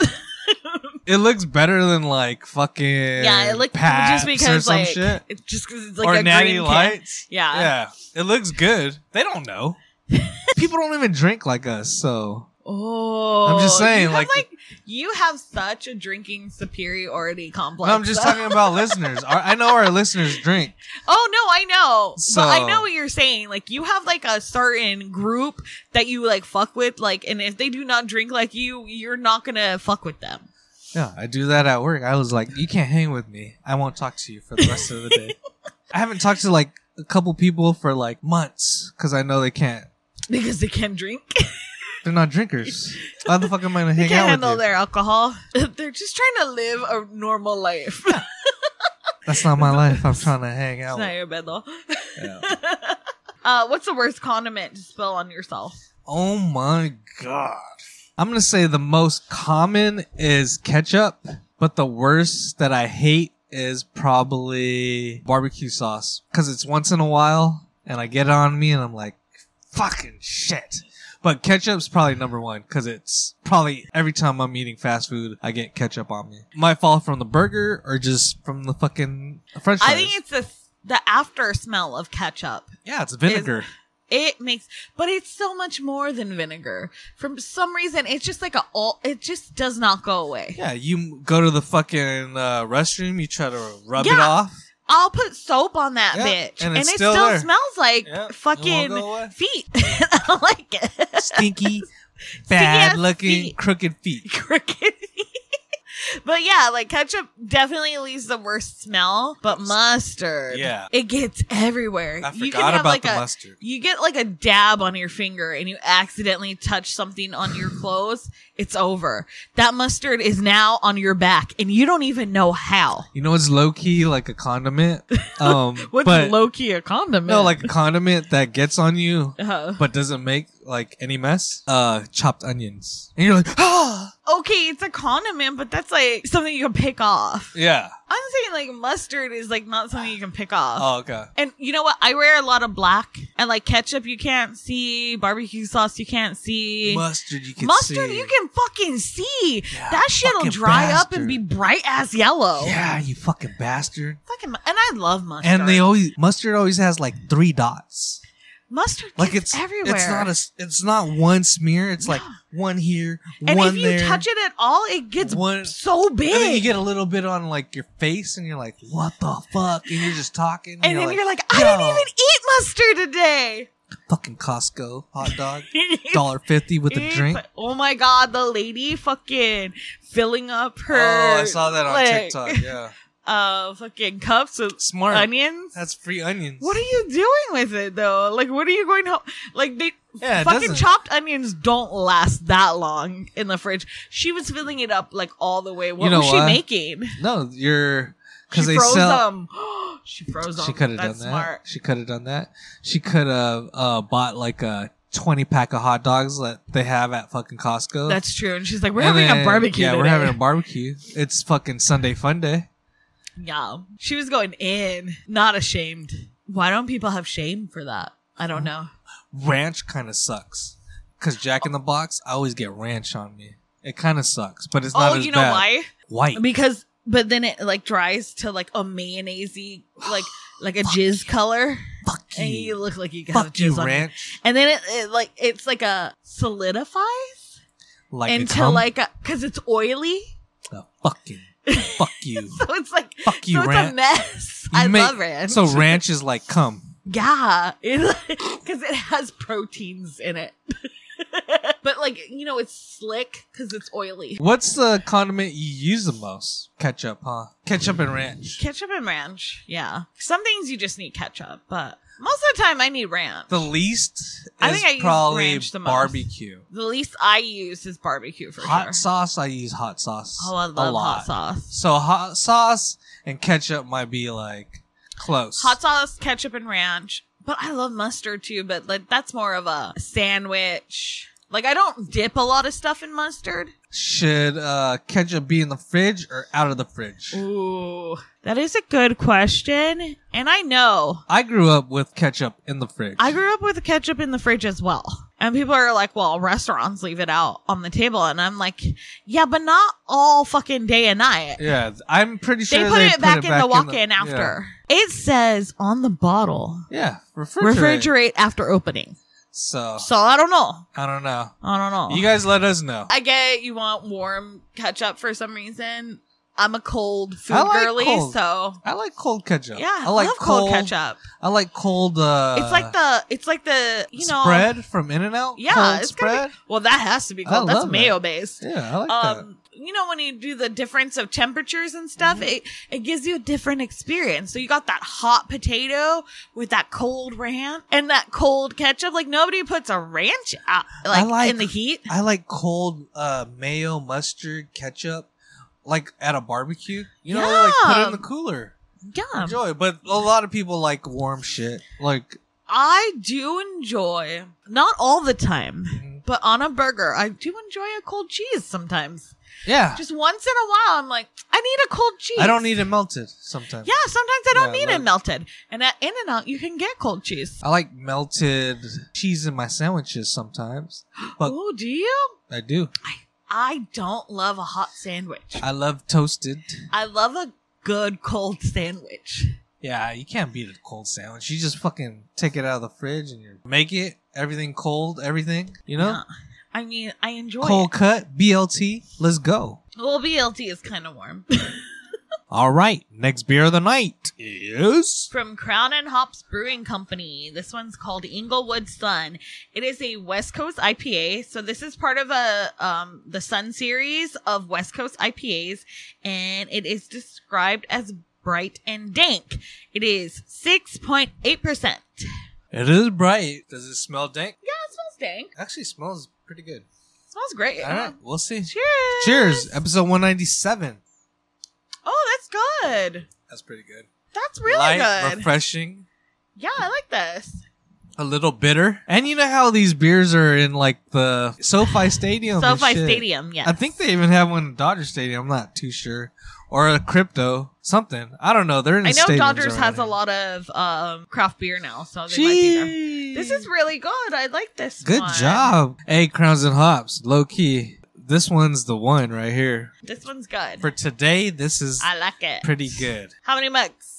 S1: It looks better than like fucking
S2: yeah. It looked
S1: Pabst
S2: just
S1: or
S2: because
S1: some
S2: like
S1: shit.
S2: it's just because it's like
S1: or
S2: a
S1: Natty
S2: green can.
S1: Lights.
S2: Yeah.
S1: Yeah, it looks good. They don't know. People don't even drink like us, so
S2: Oh,
S1: I'm just saying,
S2: you have,
S1: like-
S2: you have such a drinking superiority complex.
S1: No, I'm just talking about listeners. Our, I know our listeners drink.
S2: Oh no, I know.
S1: So-
S2: but I know what you're saying. Like you have like a certain group that you like fuck with, like and if they do not drink like you, you're not gonna fuck with them.
S1: Yeah, I do that at work. I was like, you can't hang with me. I won't talk to you for the rest of the day. I haven't talked to like a couple people for like months because I know they can't.
S2: Because they can't drink.
S1: They're not drinkers. How the fuck am I gonna
S2: they
S1: hang
S2: can't
S1: out
S2: handle
S1: with you?
S2: their alcohol. They're just trying to live a normal life.
S1: That's not my life. I'm trying to hang
S2: it's
S1: out.
S2: not
S1: With.
S2: your bed though.
S1: Yeah.
S2: Uh, what's the worst condiment to spill on yourself?
S1: Oh my god. I'm gonna say the most common is ketchup, but the worst that I hate is probably barbecue sauce. Cause it's once in a while and I get it on me and I'm like, fucking shit. But ketchup's probably number one because it's probably every time I'm eating fast food, I get ketchup on me. Might fall from the burger or just from the fucking French fries.
S2: I think it's the the after smell of ketchup.
S1: yeah, it's vinegar.
S2: It makes, but it's so much more than vinegar. For some reason, it's just like a all. It just does not go away.
S1: yeah, you go to the fucking uh, restroom, you try to rub it
S2: Yeah.
S1: off.
S2: I'll put soap on that
S1: Yeah,
S2: bitch,
S1: and
S2: and,
S1: it's
S2: it
S1: still
S2: still,
S1: there.
S2: smells like
S1: Yeah, it won't
S2: fucking
S1: go away.
S2: feet. I don't like it.
S1: stinky, bad
S2: ass
S1: looking,
S2: feet.
S1: crooked feet.
S2: Crooked feet. But yeah, like ketchup definitely leaves the worst smell. But mustard,
S1: Yeah.
S2: it gets everywhere.
S1: I
S2: You can
S1: forgot
S2: have,
S1: about
S2: like,
S1: the
S2: a-
S1: mustard.
S2: You get like a dab on your finger and you accidentally touch something on your clothes, it's over. That mustard is now on your back and you don't even know how.
S1: You know, it's low key like a condiment. Um,
S2: What's
S1: but,
S2: low key a condiment?
S1: No, like a condiment that gets on you
S2: Uh,
S1: but doesn't make like any mess. Uh, chopped onions, and you're like, ah,
S2: okay, it's a condiment, but that's like something you can pick off.
S1: yeah.
S2: I'm saying like mustard is like not something you can pick off.
S1: Oh, okay.
S2: And you know what? I wear a lot of black and like ketchup you can't see, barbecue sauce you can't see.
S1: Mustard, you can
S2: Mustard,
S1: see.
S2: you can fucking see.
S1: Yeah,
S2: that shit'll
S1: fucking
S2: dry up
S1: bastard.
S2: and be bright ass yellow.
S1: Yeah, you fucking bastard.
S2: Fucking, and I love mustard.
S1: And they always mustard always has like three dots.
S2: mustard
S1: Like
S2: gets
S1: it's
S2: everywhere.
S1: It's not a. s- It's not one smear. It's like one here,
S2: and
S1: one
S2: if you
S1: there.
S2: touch it at all, it gets
S1: one-
S2: so big.
S1: And then you get a little bit on like your face, and you're like, "What the fuck?" And you're just talking.
S2: And then you're like, I didn't
S1: "Yo,
S2: even eat mustard today.
S1: fucking Costco hot dog, dollar fifty with a
S2: It's-
S1: drink."
S2: Oh my god, the lady fucking filling up her.
S1: Oh, I saw that on
S2: like-
S1: TikTok. Yeah,
S2: uh fucking cups with
S1: Smart.
S2: onions.
S1: That's free onions.
S2: what are you doing with it though? Like, what are you going to like? They
S1: Yeah, it
S2: fucking
S1: doesn't-
S2: chopped onions don't last that long in the fridge. She was filling it up like all the way. What
S1: know
S2: was she
S1: what?
S2: making?
S1: No, you're
S2: She
S1: because they
S2: froze
S1: sell.
S2: them. she froze them.
S1: She could have done
S2: That's
S1: that.
S2: smart.
S1: She could have done that. She could have uh, bought like a twenty pack of hot dogs that they have at fucking Costco.
S2: That's true. And she's like, we're
S1: And
S2: having a
S1: then-
S2: barbecue.
S1: Yeah, we're
S2: today.
S1: having a barbecue. It's fucking Sunday fun day.
S2: Yeah. She was going in, not ashamed. Why don't people have shame for that? I don't know.
S1: Ranch kind of sucks because Jack in the Box. I always get ranch on me. It kind of sucks, but it's not
S2: Oh,
S1: as
S2: you know
S1: bad.
S2: why?
S1: White.
S2: Because but then it like dries to like a mayonnaisey like like a jizz color.
S1: Fuck
S2: And you
S1: you.
S2: look like you got
S1: Fuck
S2: jizz
S1: you,
S2: on you.
S1: ranch.
S2: And then it, it like it's like a solidifies
S1: Like a
S2: into
S1: cum?
S2: like a because it's oily.
S1: The fucking fuck you.
S2: So it's like
S1: Fuck you,
S2: so it's
S1: ranch.
S2: a mess.
S1: You
S2: I
S1: make-
S2: love ranch.
S1: So ranch is like cum.
S2: Yeah, because it has proteins in it. but like you know, it's slick because it's oily.
S1: What's the condiment you use the most? Ketchup, huh? Ketchup and ranch.
S2: Ketchup and ranch. Yeah, some things you just need ketchup, but most of the time I need ranch.
S1: The least
S2: I
S1: is
S2: think I use
S1: probably
S2: ranch the most.
S1: barbecue.
S2: The least I use is barbecue for
S1: Hot
S2: sure.
S1: sauce, I use hot sauce
S2: Oh, I
S1: a
S2: love
S1: lot.
S2: hot sauce.
S1: So hot sauce and ketchup might be like close.
S2: Hot sauce, ketchup, and ranch. But I love mustard too. But like that's more of a sandwich. Like I don't dip a lot of stuff in mustard.
S1: Should uh, ketchup be in the fridge or out of the fridge?
S2: Ooh, that is a good question, and I know
S1: I grew up with ketchup in the fridge.
S2: I grew up with ketchup in the fridge as well. And people are like, well, restaurants leave it out on the table. And I'm like, yeah, but not all fucking day and night.
S1: yeah, I'm pretty
S2: they
S1: sure
S2: put it back in the walk in
S1: yeah.
S2: after. It says on the bottle,
S1: Yeah, refrigerate.
S2: refrigerate after opening.
S1: So
S2: So I don't know.
S1: I don't know.
S2: I don't know.
S1: You guys let us know.
S2: I get you want warm ketchup for some reason. I'm a cold food
S1: I like
S2: girly,
S1: cold.
S2: so
S1: I like cold ketchup.
S2: yeah,
S1: I like
S2: love cold ketchup.
S1: I like cold. Uh,
S2: it's like the, it's like the, you know,
S1: spread from In and Out.
S2: Yeah,
S1: cold
S2: it's gotta be-
S1: spread.
S2: Well, that has to be
S1: I
S2: cold. That's
S1: love it.
S2: mayo based.
S1: yeah, I like that.
S2: um you know when you do the difference of temperatures and stuff
S1: Mm-hmm.
S2: it it gives you a different experience so you got that hot potato with that cold ranch and that cold ketchup like nobody puts a ranch out like,
S1: like-
S2: in the heat
S1: I like cold uh, mayo, mustard, ketchup, like at a barbecue. You know, like put it in the
S2: Yum.
S1: cooler.
S2: yeah
S1: Enjoy. But a lot of people like warm shit. Like
S2: i do enjoy not all the time
S1: Mm-hmm.
S2: but on a burger i do enjoy a cold cheese sometimes
S1: yeah,
S2: just once in a while i'm like i need a cold cheese
S1: I don't need it melted sometimes.
S2: yeah sometimes i don't
S1: Yeah,
S2: need
S1: like-
S2: it melted and at in and out you can get cold cheese
S1: I like melted cheese in my sandwiches sometimes. But-
S2: oh do you
S1: I do.
S2: I don't love a hot sandwich.
S1: I love toasted.
S2: I love a good cold sandwich.
S1: Yeah, you can't beat a cold sandwich. You just fucking take it out of the fridge and you make it everything cold, everything. You know,
S2: Yeah. I mean, I enjoy
S1: cold cut, BLT. Let's go.
S2: it. Well, BLT is kind of warm.
S1: All right, next beer of the night is
S2: From Crown and Hops Brewing Company. This one's called Inglewood Sun. It is a West Coast IPA. So this is part of a um the Sun series of West Coast IPAs and it is described as bright and dank. It is 6.8%. Yeah, it
S1: it is bright. Does it smell dank?
S2: smells dank.
S1: Actually, smells pretty good.
S2: smells great.
S1: All right, we'll see.
S2: Cheers.
S1: Cheers, episode one ninety seven.
S2: Oh, that's good.
S1: That's pretty good.
S2: That's really
S1: Light,
S2: good.
S1: refreshing,
S2: yeah, I like this.
S1: a little bitter. And you know how these beers are in like the SoFi Stadium. and
S2: SoFi
S1: shit.
S2: Stadium, yes.
S1: I think they even have one in Dodger Stadium. I'm not too sure, or a crypto something. I don't know. They're in.
S2: I know
S1: stadiums
S2: Dodgers
S1: around
S2: has a
S1: here.
S2: lot of um, craft beer now, so they might be there.
S1: Gee.
S2: This is really good. I like this.
S1: Good
S2: one.
S1: job. Hey, Crowns and Hops, low key. This one's the one right here.
S2: This one's good.
S1: For today, this is
S2: I like it.
S1: pretty good.
S2: How many mugs?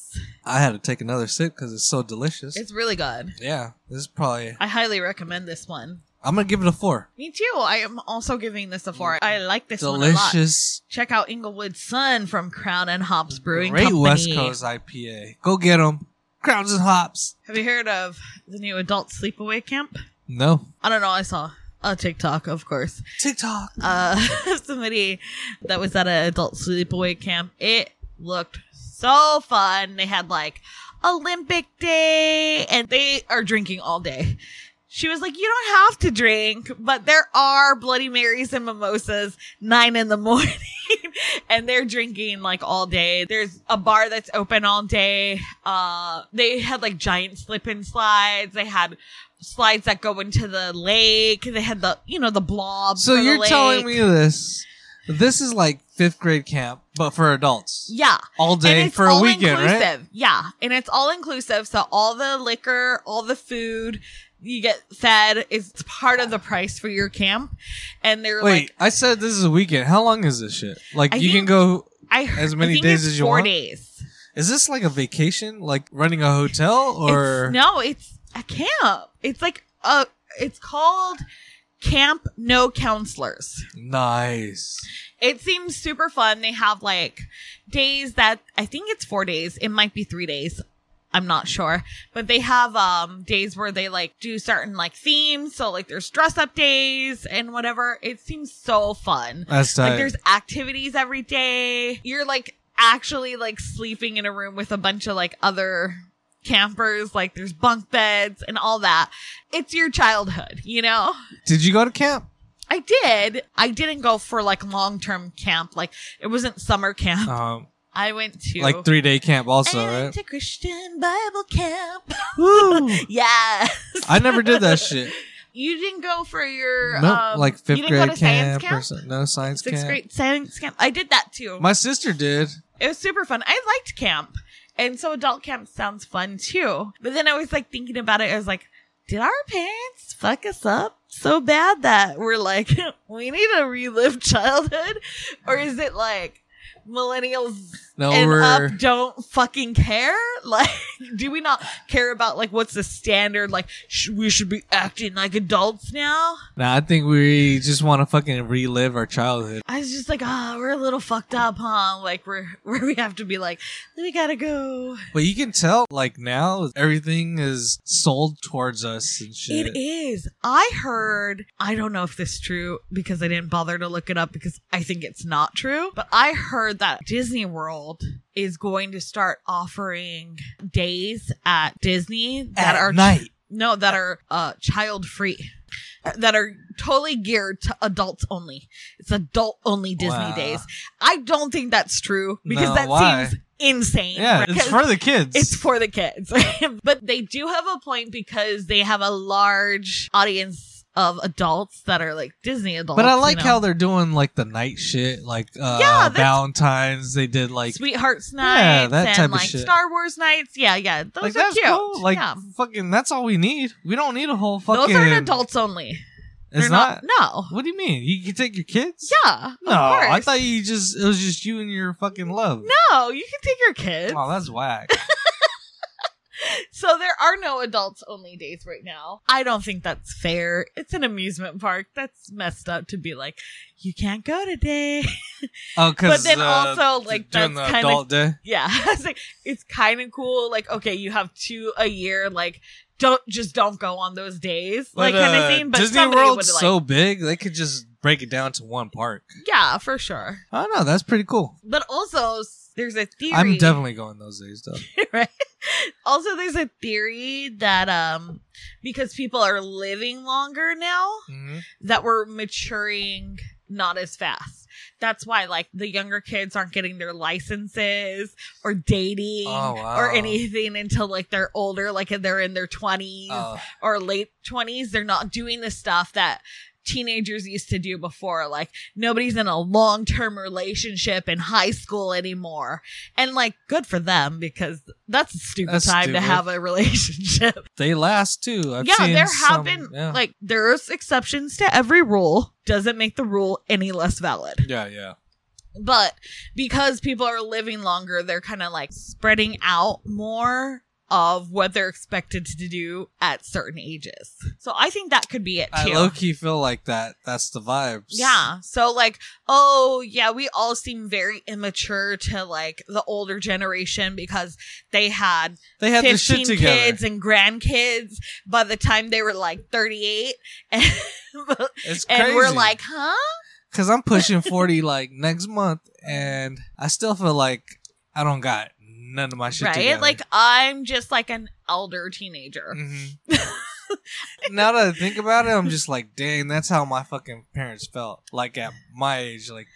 S1: I had to take another sip because it's so delicious.
S2: It's really good.
S1: yeah, this is probably.
S2: I highly recommend this one.
S1: I'm gonna give it a four.
S2: Me too. I am also giving this a four. I like this one a lot.
S1: Delicious,
S2: Check out Inglewood Sun from Crown and Hops Brewing
S1: great
S2: Company.
S1: West Coast IPA. Go get them, Crowns and Hops.
S2: Have you heard of the new adult sleepaway camp?
S1: No
S2: I don't know. I saw a TikTok, of course.
S1: TikTok.
S2: uh somebody that was at an adult sleepaway camp. It looked so fun. They had like Olympic Day and they are drinking all day. She was like, You don't have to drink, but there are Bloody Marys and mimosas nine in the morning. and they're drinking like all day. There's a bar that's open all day. Uh, they had like giant slip and slides. They had slides that go into the lake. They had the, you know, the blob.
S1: So
S2: for the
S1: you're telling
S2: lake.
S1: me this? This is like fifth grade camp, but for adults,
S2: Yeah.
S1: all day for a weekend, right?
S2: inclusive. Yeah, and it's all inclusive. So all the liquor, all the food you get fed is part of the price for your camp. And they're
S1: Wait,
S2: like,
S1: I said this is a weekend. How long is this shit? Like
S2: I
S1: you can
S2: think-
S1: go.
S2: I heard
S1: as many days as you
S2: four
S1: want?
S2: days.
S1: Is this like a vacation, like running a hotel, or
S2: It's, no, it's a camp. It's like a. It's called Camp No Counselors.
S1: nice?
S2: It seems super fun. They have like days that I think it's four days. It might be three days. I'm not sure. But they have um days where they like do certain like themes. So like there's dress up days and whatever. It seems so fun.
S1: That's
S2: Like
S1: tight.
S2: there's activities every day. You're like actually like sleeping in a room with a bunch of like other campers. Like there's bunk beds and all that. It's your childhood, you know?
S1: Did you go to camp?
S2: I did. I didn't go for like long term camp. Like it wasn't summer camp.
S1: Um,
S2: I went to
S1: like three day camp, also,
S2: I went
S1: right?
S2: to Christian Bible camp.
S1: Woo!
S2: yeah.
S1: I never did that shit.
S2: You didn't go for your
S1: Nope,
S2: um,
S1: like
S2: you
S1: fifth
S2: didn't go
S1: grade
S2: to science
S1: camp, or so- no science
S2: sixth
S1: camp.
S2: grade science camp. I did that too.
S1: My sister did.
S2: it was super fun. I liked camp, and so adult camp sounds fun too. But then I was like thinking about it. I was like, did our parents fuck us up? So bad that we're like, we need to relive childhood? Or is it like millennials
S1: No,
S2: and
S1: we're
S2: up don't fucking care? Like, do we not care about like what's the standard? Like, sh- we should be acting like adults now?
S1: Nah, I think we just want to fucking relive our childhood.
S2: I was just like, ah, we're a little fucked up, huh? Like, we're where we have to be like, we gotta go.
S1: But you can tell, like now, everything is sold towards us and shit.
S2: It is. I heard, I don't know if this is true because I didn't bother to look it up because I think it's not true, but I heard that Disney World is going to start offering days at Disney that
S1: At
S2: are
S1: night.
S2: no, that are uh child free. That are totally geared to adults only. It's adult only Disney
S1: Wow.
S2: days. I don't think that's true because
S1: No,
S2: that
S1: why?
S2: seems insane.
S1: Yeah,
S2: Because-
S1: it's for the kids.
S2: it's for the kids. but they do have a point because they have a large audience of adults that are like Disney adults.
S1: but I like
S2: you know?
S1: how they're doing like the night shit, like uh,
S2: Yeah, that's-
S1: Valentine's. They did like
S2: Sweethearts nights
S1: Yeah, that
S2: and
S1: type of
S2: like
S1: shit.
S2: Star Wars nights. Yeah, yeah. Those
S1: like
S2: are
S1: that's
S2: cute.
S1: cool. Like
S2: yeah.
S1: fucking, that's all we need. We don't need a whole fucking.
S2: Those aren't adults only.
S1: It's
S2: They're not, no.
S1: What do you mean? You can take your kids?
S2: Yeah.
S1: No,
S2: of course.
S1: I thought you just it was just you and your fucking love.
S2: No, you can take your kids.
S1: Oh, that's whack.
S2: So there are no adults only days right now. I don't think that's fair. It's an amusement park. That's messed up to be like, you can't go today.
S1: Oh, because
S2: But then also, like,
S1: doing
S2: that's
S1: the
S2: kinda-
S1: adult day.
S2: yeah it's like it's kind of cool like okay you have two a year like don't just don't go on those days like kind of
S1: uh,
S2: thing but
S1: Disney
S2: somebody
S1: World's
S2: would like
S1: so big they could just break it down to one park.
S2: yeah for sure
S1: I don't know. That's pretty cool.
S2: but also s- there's a theory
S1: I'm definitely going those days though.
S2: right also there's a theory that um because people are living longer now
S1: Mhm.
S2: that we're maturing not as fast that's why like the younger kids aren't getting their licenses or dating
S1: Oh, wow.
S2: or anything until like they're older like they're in their 20s
S1: Oh,
S2: or late 20s they're not doing the stuff that teenagers used to do before like nobody's in a long-term relationship in high school anymore and like good for them because that's a stupid
S1: That's
S2: time to
S1: stupid.
S2: have a relationship
S1: they last too. I've
S2: yeah
S1: seen
S2: there have
S1: some-
S2: been
S1: yeah.
S2: like there's exceptions to every rule doesn't make the rule any less valid
S1: yeah, yeah.
S2: but because people are living longer they're kind of like spreading out more of what they're expected to do at certain ages so i think that could be it
S1: I
S2: too
S1: low key feel like that. That's the vibes.
S2: yeah so like oh yeah we all seem very immature to like the older generation because they had
S1: they had
S2: 15
S1: the shit together.
S2: kids and grandkids by the time they were like 38 and,
S1: It's crazy.
S2: and we're like huh
S1: because I'm pushing 40 like next month, and I still feel like I don't got none of my shit
S2: right?
S1: together.
S2: Like I'm just like an elder teenager.
S1: Mhm. Mm-hmm. now that I think about it, I'm just like, dang, that's how my fucking parents felt. Like at my age, like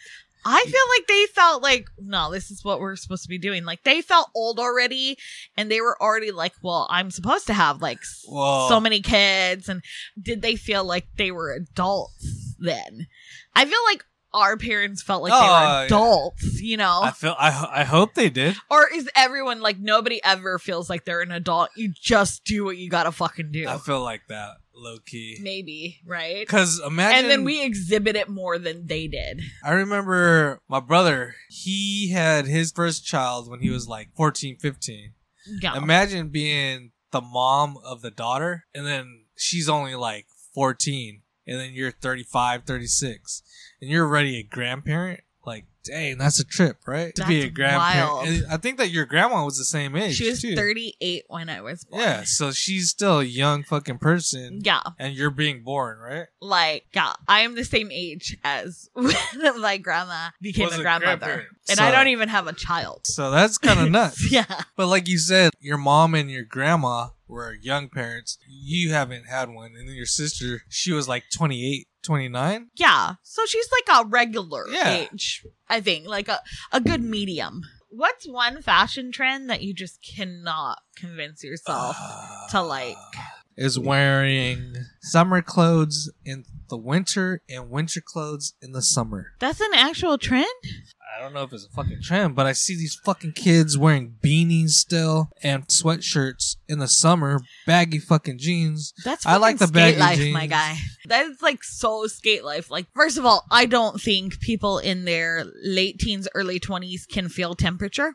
S2: I feel like they felt like, no, this is what we're supposed to be doing. Like they felt old already and they were already like, well, I'm supposed to have like s-
S1: Whoa.
S2: so many kids. And did they feel like they were adults then? I feel like our parents felt like they
S1: Oh, yeah.
S2: were adults, you know?
S1: I feel. I I hope they did.
S2: or is everyone like nobody ever feels like they're an adult? You just do what you gotta fucking do.
S1: I feel like that low key.
S2: Maybe, right?
S1: Because imagine.
S2: And then we exhibit it more than they did.
S1: I remember my brother. He had his first child when he was like 14, 15.
S2: Yeah.
S1: Imagine being the mom of the daughter, and then she's only like 14, and then you're 35, 36, and you're already a grandparent. Like, dang, that's a trip, right? to be
S2: That's
S1: a grandparent.
S2: wild.
S1: And I think that your grandma was the same age.
S2: she was
S1: too.
S2: 38 when I was born.
S1: Yeah, so she's still a young fucking person,
S2: Yeah.
S1: and you're being born, right?
S2: Like, yeah, I am the same age as when my grandma became
S1: Was
S2: a
S1: a
S2: grandmother.
S1: grandparent.
S2: And
S1: So-
S2: I don't even have a child.
S1: So that's kind of nuts.
S2: yeah.
S1: But like you said, your mom and your grandma were young parents. You haven't had one. And then your sister, she was like 28, 29.
S2: Yeah. So she's like a regular
S1: Yeah.
S2: age, I think, like a, a good medium. What's one fashion trend that you just cannot convince yourself
S1: Uh,
S2: to like?
S1: Is wearing summer clothes in the winter and winter clothes in the summer.
S2: That's an actual trend?
S1: I don't know if it's a fucking trend, but I see these fucking kids wearing beanies still and sweatshirts in the summer, baggy fucking jeans.
S2: That's
S1: I like
S2: fucking
S1: the
S2: skate
S1: baggy
S2: life,
S1: jeans.
S2: my guy. That's like so skate life. Like, first of all, I don't think people in their late teens, early twenties can feel temperature.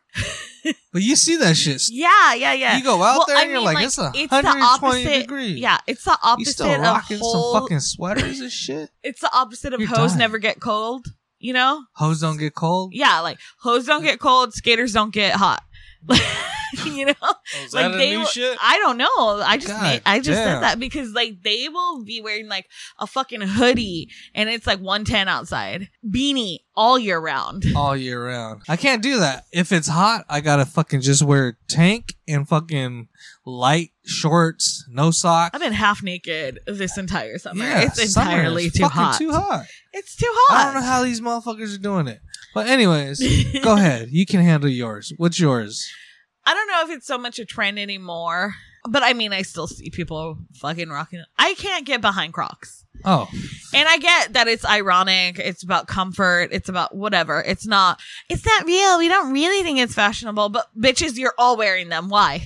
S1: But you see that shit.
S2: Yeah, yeah, yeah.
S1: You go out
S2: Well,
S1: there
S2: I
S1: and you're
S2: mean,
S1: like,
S2: like,
S1: it's a
S2: it's the
S1: 120
S2: opposite-
S1: degrees.
S2: Yeah, it's the
S1: You
S2: opposite
S1: Hmm. still
S2: of
S1: rocking
S2: whole.
S1: some fucking sweaters and shit?
S2: it's the opposite of
S1: You're
S2: hoes
S1: dying.
S2: never get cold. You know?
S1: Hoes don't get cold?
S2: Yeah, like hoes don't get cold, skaters don't get hot. you know?
S1: is
S2: like
S1: that a
S2: they
S1: new
S2: will-
S1: shit?
S2: I don't know. I just
S1: God
S2: made, I just
S1: damn.
S2: said that because like they will be wearing like a fucking hoodie and it's like 110 outside. Beanie all year round.
S1: All year round. I can't do that. If it's hot, I gotta fucking just wear tank and fucking light shorts, no socks.
S2: I've been half naked this entire summer.
S1: Yeah,
S2: it's
S1: summer is
S2: entirely too
S1: fucking
S2: hot.
S1: too hot.
S2: It's too
S1: I don't know
S2: hot.
S1: how these motherfuckers are doing it. But anyways, go ahead. You can handle yours. What's yours?
S2: I don't know if it's so much a trend anymore, but I mean, I still see people fucking rocking. I can't get behind Crocs.
S1: Oh,
S2: And I get that it's ironic. It's about comfort. It's about whatever. It's not, it's not real. We don't really think it's fashionable, but bitches, you're all wearing them. Why?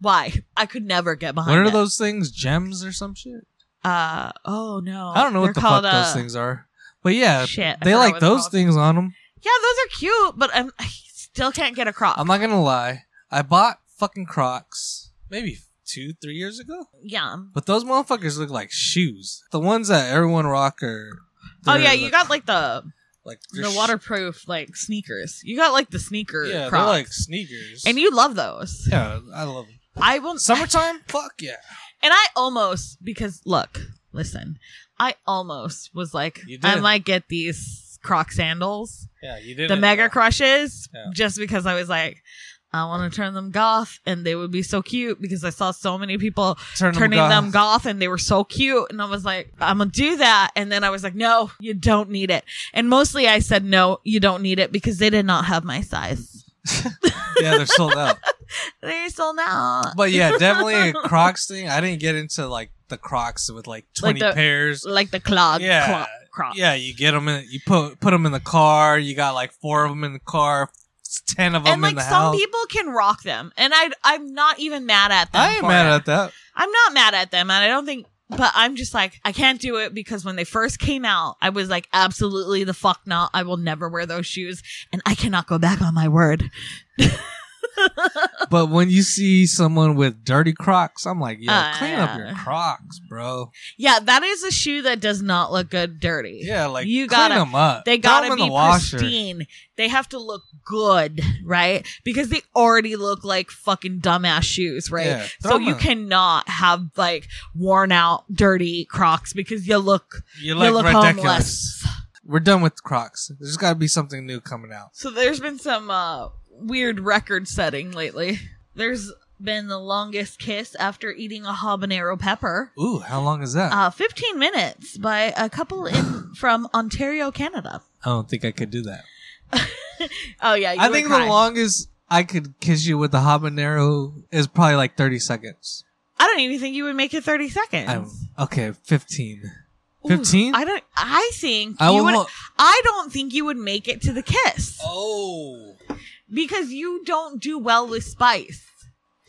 S2: Why? I could never get behind
S1: what are
S2: it.
S1: those things? Gems or some shit?
S2: Uh, oh no.
S1: I don't know
S2: They're
S1: what the fuck
S2: called, uh,
S1: those things are. But yeah,
S2: Shit. I
S1: they
S2: forgot
S1: like
S2: what they're
S1: those
S2: called.
S1: things on them.
S2: Yeah, those are cute, but I'm, I still can't get a croc.
S1: I'm not gonna lie. I bought fucking Crocs maybe two, three years ago.
S2: yeah.
S1: But those motherfuckers look like shoes. The ones that everyone rock are.
S2: Oh
S1: they're
S2: yeah, you
S1: the-
S2: got like the
S1: like they're
S2: the
S1: sh-
S2: waterproof like sneakers. You got like the sneaker
S1: Yeah,
S2: crocs.
S1: they're like sneakers.
S2: and you love those.
S1: yeah, I love them.
S2: I will
S1: Summertime, fuck yeah.
S2: And I almost because look, listen, I almost was like,
S1: You did.
S2: I might get these Croc sandals,
S1: Yeah, you uh, did
S2: the Mega Crushes,
S1: Yeah.
S2: just because I was like, I want to turn them goth, and they would be so cute because I saw so many people
S1: turn
S2: turning
S1: goth.
S2: them goth, and they were so cute, and I was like, I'm gonna do that, and then I was like, no, you don't need it, and mostly I said no, you don't need it because they did not have my size.
S1: yeah, they're sold out.
S2: They still not.
S1: But yeah, definitely a Crocs thing. I didn't get into like the Crocs with like twenty
S2: the-
S1: pairs.
S2: like the clog,
S1: Yeah.
S2: clog, croc.
S1: Yeah, you get them in. You put put them in the car. You got like four of them in the car. Ten of them
S2: and like
S1: in the
S2: some
S1: house.
S2: people can rock them and i i'm not even mad at them
S1: I ain't
S2: for
S1: mad
S2: it.
S1: at that.
S2: i'm not mad at them and i don't think but i'm just like i can't do it because when they first came out i was like absolutely the fuck not i will never wear those shoes and i cannot go back on my word
S1: But when you see someone with dirty Crocs, I'm like, yo,
S2: Uh,
S1: clean up your Crocs, bro.
S2: yeah that is a shoe that does not look good dirty
S1: Yeah, like
S2: You
S1: clean
S2: gotta-
S1: them up.
S2: They
S1: Throw
S2: gotta
S1: 'em in
S2: be
S1: the washer.
S2: pristine. They have to look good, right? Because they already look like fucking dumbass shoes, right?
S1: Yeah, throw
S2: so
S1: 'em
S2: you
S1: in.
S2: cannot have like worn out, dirty Crocs because you look
S1: You
S2: you
S1: look,
S2: look
S1: ridiculous.
S2: homeless.
S1: We're done with Crocs. There's got to be something new coming out.
S2: So there's been some uh weird record setting lately. There's been the longest kiss after eating a habanero pepper.
S1: Ooh, how long is that?
S2: Uh, 15 minutes by a couple in from Ontario, Canada.
S1: I don't think I could do that.
S2: Oh yeah, you
S1: I
S2: would
S1: think
S2: cry.
S1: the longest I could kiss you with a habanero is probably like 30 seconds.
S2: I don't even think you would make it 30 seconds.
S1: I'm, okay, 15.
S2: Ooh,
S1: 15?
S2: I don't. I think
S1: I
S2: you
S1: will.
S2: would.
S1: hold-
S2: I don't think you would make it to the kiss
S1: oh.
S2: because you don't do well with spice.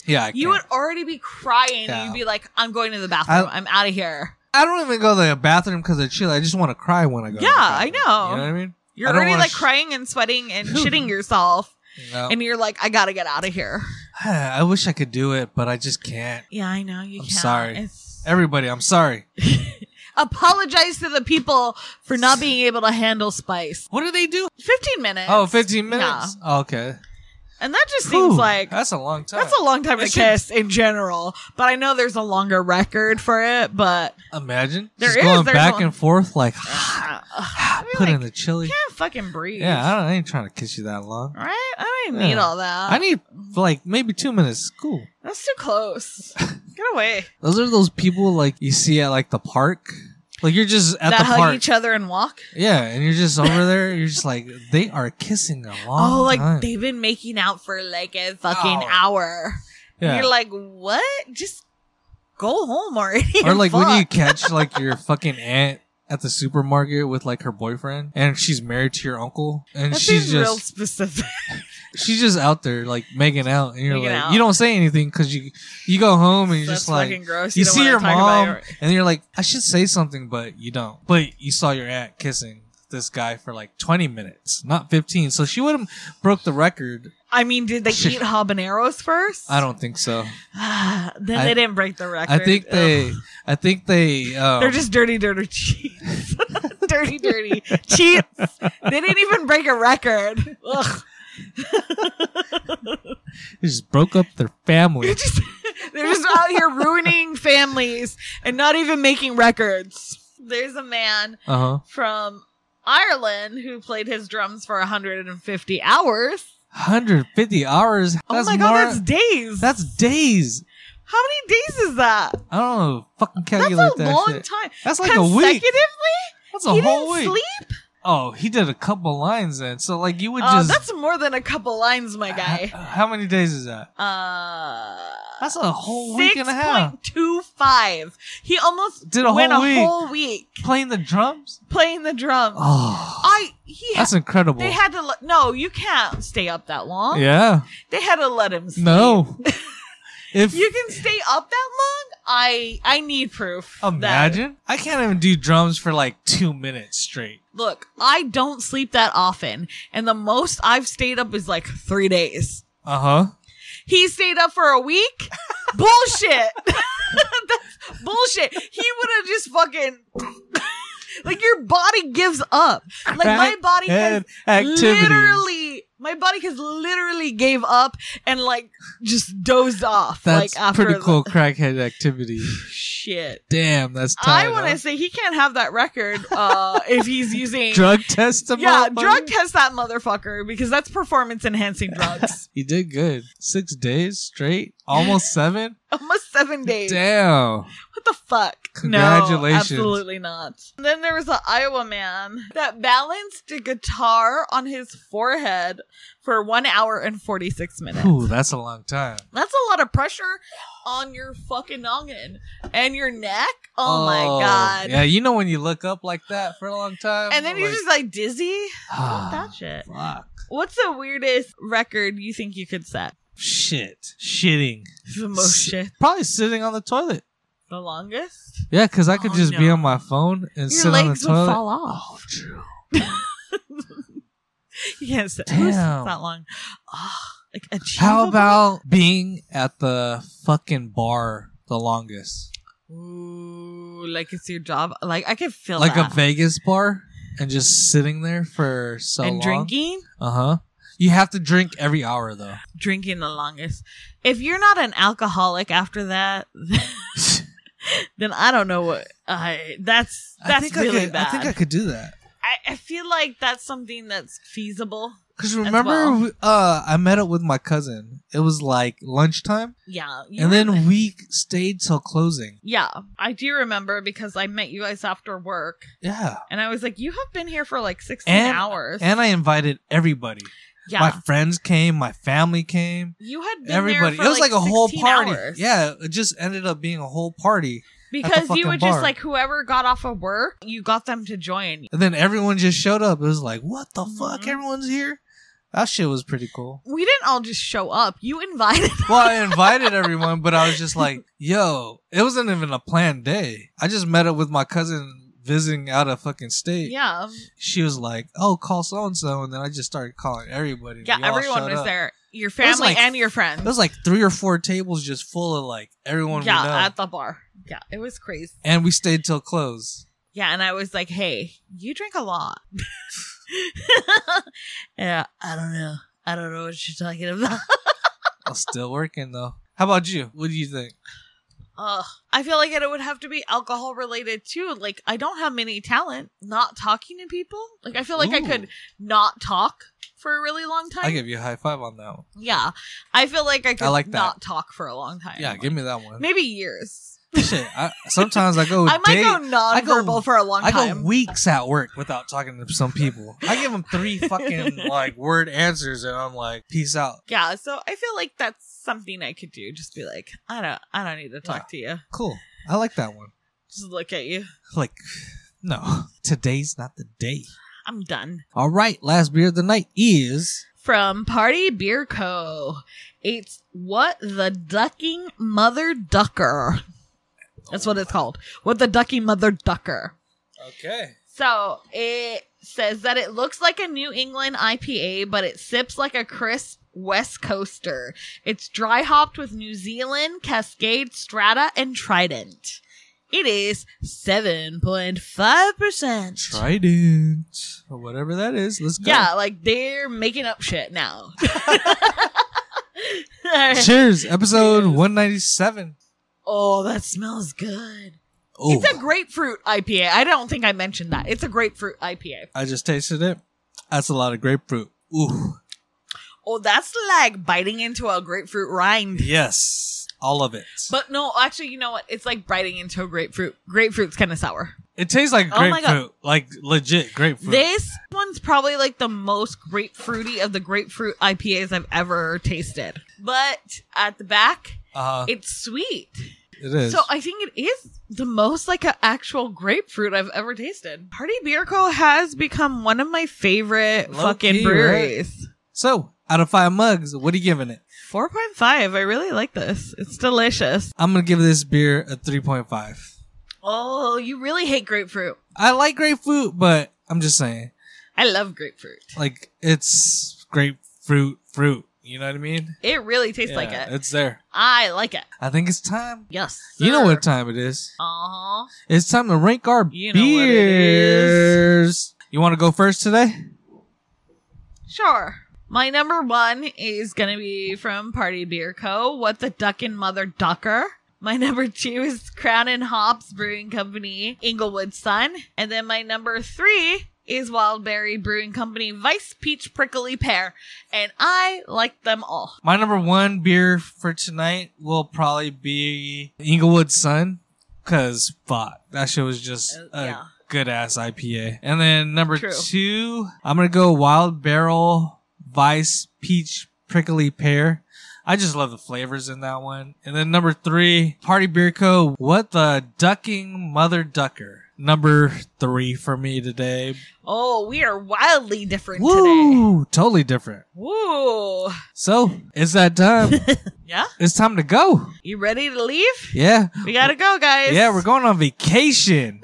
S1: Yeah, I
S2: You
S1: can't.
S2: would already be crying.
S1: Yeah.
S2: You'd be like, "I'm going to the bathroom. I, am out of here."
S1: I don't even go to the bathroom because of chill. I just want to cry when I go. to the
S2: Yeah, I
S1: bathroom.
S2: know.
S1: You know what I mean?
S2: You're
S1: I don't
S2: already
S1: wanna
S2: like
S1: sh-
S2: crying and sweating and shitting yourself,
S1: No.
S2: and you're like, "I gotta get out of here."
S1: I wish I could do it, but I just can't.
S2: Yeah, I know you
S1: I'm
S2: can't.
S1: sorry.
S2: It's-
S1: Everybody, I'm sorry.
S2: Apologize to the people for not being able to handle spice.
S1: What do they do?
S2: 15 minutes.
S1: Oh, 15 minutes. Oh, Okay.
S2: And that just seems
S1: Whew,
S2: like
S1: that's a long time.
S2: That's a long time
S1: It
S2: to
S1: should-
S2: kiss in general, but I know there's a longer record for it. But
S1: Imagine
S2: There
S1: just
S2: is,
S1: going
S2: there's
S1: back
S2: a-
S1: and forth like
S2: uh, I
S1: put
S2: mean,
S1: in
S2: like,
S1: the chili.
S2: can't fucking breathe.
S1: Yeah, I, don't, I ain't trying to kiss you that long.
S2: right. I don't even
S1: Yeah.
S2: need all that.
S1: I need like maybe two minutes. Cool.
S2: That's too close. Get away.
S1: Those are those people like you see at like the park. Like you're just at
S2: that
S1: the
S2: hug
S1: park.
S2: each other and walk.
S1: yeah, and you're just over there. You're just like they are kissing a long.
S2: oh, like
S1: time.
S2: they've been making out for like a fucking
S1: Hour.
S2: hour. And
S1: yeah.
S2: You're like, what? Just go home already.
S1: or
S2: and
S1: like when you
S2: fuck.
S1: catch like your fucking aunt at the supermarket with like her boyfriend and she's married to your uncle and
S2: That
S1: she's
S2: seems real
S1: just
S2: specific.
S1: she's just out there like making out and you're
S2: Making
S1: like
S2: out.
S1: you don't say anything because you you go home and you're
S2: That's
S1: just like
S2: fucking gross.
S1: you,
S2: don't
S1: see
S2: wanna
S1: your
S2: talk about
S1: mom
S2: it.
S1: and you're like i should say something but you don't but you saw your aunt kissing this guy for like 20 minutes not 15 so she would have broke the record
S2: I mean, did they
S1: Shit.
S2: eat habaneros first?
S1: i don't think so
S2: then
S1: I-
S2: they didn't break the record.
S1: i think they
S2: Ugh.
S1: i think they um,
S2: they're just dirty, dirty cheats. dirty, dirty cheats. They didn't even break a record. Ugh.
S1: they just broke up their family
S2: They're just, they're just out here ruining families and not even making records. There's a man
S1: uh-huh
S2: from Ireland who played his drums for 150 hours.
S1: 150 hours. That's
S2: oh my god,
S1: more-
S2: that's days.
S1: that's days.
S2: How many days is that?
S1: I don't know. Fucking
S2: That's a
S1: calculate that
S2: long
S1: shit.
S2: time.
S1: That's like a
S2: Consecutively?
S1: week. That's a
S2: he
S1: whole
S2: didn't
S1: week.
S2: sleep?
S1: Oh, he did a couple lines then. So like you would
S2: Oh,
S1: just.
S2: that's more than a couple lines, my
S1: H-
S2: guy.
S1: How many days is that?
S2: Uh,
S1: That's a whole week and a half.
S2: 6.25. He almost
S1: Did a
S2: went
S1: whole
S2: a
S1: week.
S2: whole week
S1: Playing the drums.
S2: playing the drums.
S1: Oh,
S2: I he
S1: that's incredible.
S2: they had to let, no, you can't stay up that long.
S1: yeah.
S2: They had to let him. Sleep.
S1: No. if
S2: you can stay up that long. I I need proof. that-
S1: imagine, I can't even do drums for like two minutes straight.
S2: look, I don't sleep that often, and the most I've stayed up is like three days.
S1: Uh huh.
S2: He stayed up for a week? bullshit. That's bullshit. He would have just fucking like your body gives up. Like my body has
S1: activity.
S2: literally my body has literally gave up and like just dozed off.
S1: That's
S2: like after
S1: pretty cool crackhead activity.
S2: The- shit.
S1: Damn, that's tight.
S2: I want
S1: huh?
S2: to say he can't have that record uh, if he's using
S1: drug test him.
S2: yeah
S1: out, buddy?
S2: drug test that motherfucker because that's performance enhancing drugs.
S1: He did good. Six days straight, almost seven.
S2: Almost seven days.
S1: Damn.
S2: What the fuck? No,
S1: Congratulations.
S2: absolutely not. And then there was the Iowa man that balanced a guitar on his forehead for one hour and 46 minutes.
S1: Ooh, that's a long time.
S2: That's a lot of pressure on your fucking noggin and your neck. Oh, my
S1: Oh,
S2: God.
S1: Yeah, you know when you look up like that for a long time,
S2: And then
S1: like,
S2: you're just like dizzy. Fuck
S1: ah,
S2: that shit.
S1: fuck,
S2: What's the weirdest record you think you could set?
S1: shit, shitting,
S2: The most shit.
S1: probably sitting on the toilet.
S2: The longest?
S1: Yeah, because I could
S2: Oh,
S1: just be
S2: no.
S1: on my phone and
S2: Your
S1: sit on the
S2: legs would
S1: toilet.
S2: fall off.
S1: Oh, true.
S2: You can't sit
S1: Damn.
S2: who sits that long. Ah, like
S1: How
S2: achievable?
S1: about being at the fucking bar the longest?
S2: Ooh, like it's your job. Like I could feel
S1: like
S2: that.
S1: a Vegas bar and just sitting there for so
S2: and
S1: long.
S2: drinking,
S1: Uh huh. You have to drink every hour though.
S2: drinking the longest. If you're not an alcoholic after that, then I don't know what. I that's
S1: I
S2: that's
S1: think
S2: really
S1: I could,
S2: bad.
S1: I think I could do that.
S2: I, I feel like that's something that's feasible.
S1: Because remember,
S2: well.
S1: we- uh, I met up with my cousin. It was like lunchtime,
S2: Yeah. you
S1: and
S2: remember-
S1: then we stayed till closing.
S2: yeah, I do remember because I met you guys after work,
S1: Yeah,
S2: and I was like, "You have been here for like sixteen
S1: And-
S2: hours."
S1: and I invited everybody.
S2: yeah,
S1: My friends came, my family came,
S2: you had been
S1: everybody.
S2: There for
S1: it was like, a whole
S2: 16
S1: party.
S2: hours.
S1: Yeah, it just ended up being a whole party,
S2: because you
S1: fucking
S2: would
S1: bar.
S2: just like whoever got off of work, you got them to join.
S1: and then everyone just showed up. It was like, what the fuck?
S2: Mhm.
S1: Everyone's here. That shit was pretty cool.
S2: We didn't all just show up. You invited.
S1: Well, I invited everyone, but I was just like, yo, it wasn't even a planned day. I just met up with my cousin visiting out of fucking state.
S2: Yeah,
S1: she was like, "Oh, call so and so," and then I just started calling everybody.
S2: yeah.
S1: We all
S2: Everyone
S1: showed
S2: was
S1: up.
S2: there. Your
S1: was
S2: family
S1: like-
S2: and your friends.
S1: It was like three or four tables just full of like everyone
S2: yeah,
S1: we know,
S2: at the bar. Yeah, it was crazy.
S1: and we stayed till close.
S2: Yeah, and I was like, "Hey, you drink a lot." yeah, I don't know. I don't know what you're talking about.
S1: I was still working though. How about you? What do you think?
S2: Ugh. I feel like it would have to be alcohol related too. Like I don't have many talent not talking to people. Like I feel like I
S1: Ooh.
S2: could not talk for a really long time.
S1: I give you a high five on that one.
S2: yeah, I feel like I could
S1: like that.
S2: not talk for a long time.
S1: Yeah, give me that one.
S2: maybe years.
S1: Shit, I, sometimes I go.
S2: I might
S1: day-
S2: go nonverbal
S1: go-
S2: for a long
S1: Oh, I
S2: time.
S1: go weeks at work without talking to some people. I give them three fucking like word answers, and I'm like, "Peace out."
S2: yeah, so I feel like that's something I could do. Just be like, I don't, I don't need to talk to you.
S1: Cool. I like that one.
S2: Just look at you.
S1: Like, no, today's not the day.
S2: I'm done.
S1: All right, last beer of the night is
S2: From Party Beer Co. It's What the Ducking Mother Ducker. That's what it's called. What the Ducking Mother Ducker.
S1: Okay.
S2: So it says that it looks like a New England IPA, but it sips like a crisp West Coaster. It's dry hopped with New Zealand, Cascade, Strata, and Trident. It is 7.5%.
S1: Trident or whatever that is. Let's go.
S2: yeah, like they're making up shit now. Alright.
S1: Cheers, episode one ninety seven.
S2: oh, that smells good.
S1: Oh,
S2: It's a grapefruit IPA. I don't think I mentioned that. It's a grapefruit IPA.
S1: I just tasted it. That's a lot of grapefruit. Ooh,
S2: Oh, that's like biting into a grapefruit rind.
S1: yes, all of it.
S2: But no, actually, you know what? It's like biting into a grapefruit. Grapefruit's kind of sour.
S1: it tastes like
S2: Oh my
S1: grapefruit,
S2: God.
S1: like legit grapefruit.
S2: This one's probably like the most grapefruity of the grapefruit IPAs I've ever tasted. But at the back,
S1: uh,
S2: it's sweet.
S1: it is.
S2: So I think it is the most like an actual grapefruit I've ever tasted. Party Beer Co. has become one of my favorite
S1: Low
S2: fucking
S1: key,
S2: breweries.
S1: so out of five mugs, what are you giving it?
S2: 4.5. I really like this. It's delicious.
S1: I'm gonna give this beer a three point five.
S2: Oh, you really hate grapefruit.
S1: I like grapefruit, but I'm just saying,
S2: I love grapefruit.
S1: like it's grapefruit fruit. You know what I mean?
S2: It really tastes
S1: Yeah,
S2: like it.
S1: It's there.
S2: I like it.
S1: I think it's time.
S2: Yes.
S1: You know what time it is.
S2: Uh huh.
S1: It's time to rank our
S2: You know what it
S1: beers. You want to go first today?
S2: Sure. My number one is gonna be from Party Beer Co. What the Duckin' Mother Ducker. My number two is Crown and Hops Brewing Company, Inglewood Sun. And then my number three is Wildberry Brewing Company, Vice Peach Prickly Pear. And I like them all.
S1: My number one beer for tonight will probably be Inglewood Sun, cause fuck, that shit was just
S2: Uh,
S1: a
S2: yeah.
S1: good ass IPA. And then number
S2: True.
S1: two, I'm gonna go Wild Barrel Vice Peach Prickly Pear. I just love the flavors in that one. And then number three, Party Beer Co. What the ducking mother ducker. Number three for me today.
S2: Oh, we are wildly different today.
S1: Woo! Totally different.
S2: Woo.
S1: So it's that time.
S2: Yeah?
S1: it's time to go.
S2: You ready to leave?
S1: Yeah.
S2: We gotta go, guys.
S1: Yeah, we're going on vacation.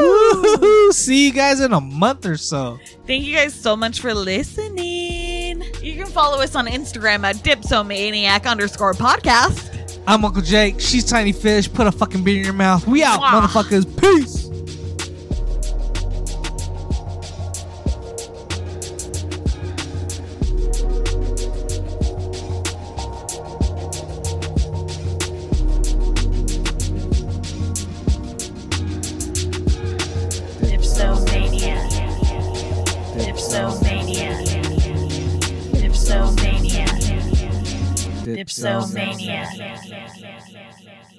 S1: Woo! See you guys in a month or so.
S2: Thank you guys so much for listening. You can follow us on Instagram at dipsomaniac underscore podcast.
S1: I'm Uncle Jake. She's Tiny Fish. Put a fucking beer in your mouth. We out,
S2: Mwah.
S1: motherfuckers. Peace.
S2: Dipsomaniac.
S3: Dipsomania. Dipsomania. Dipsomania.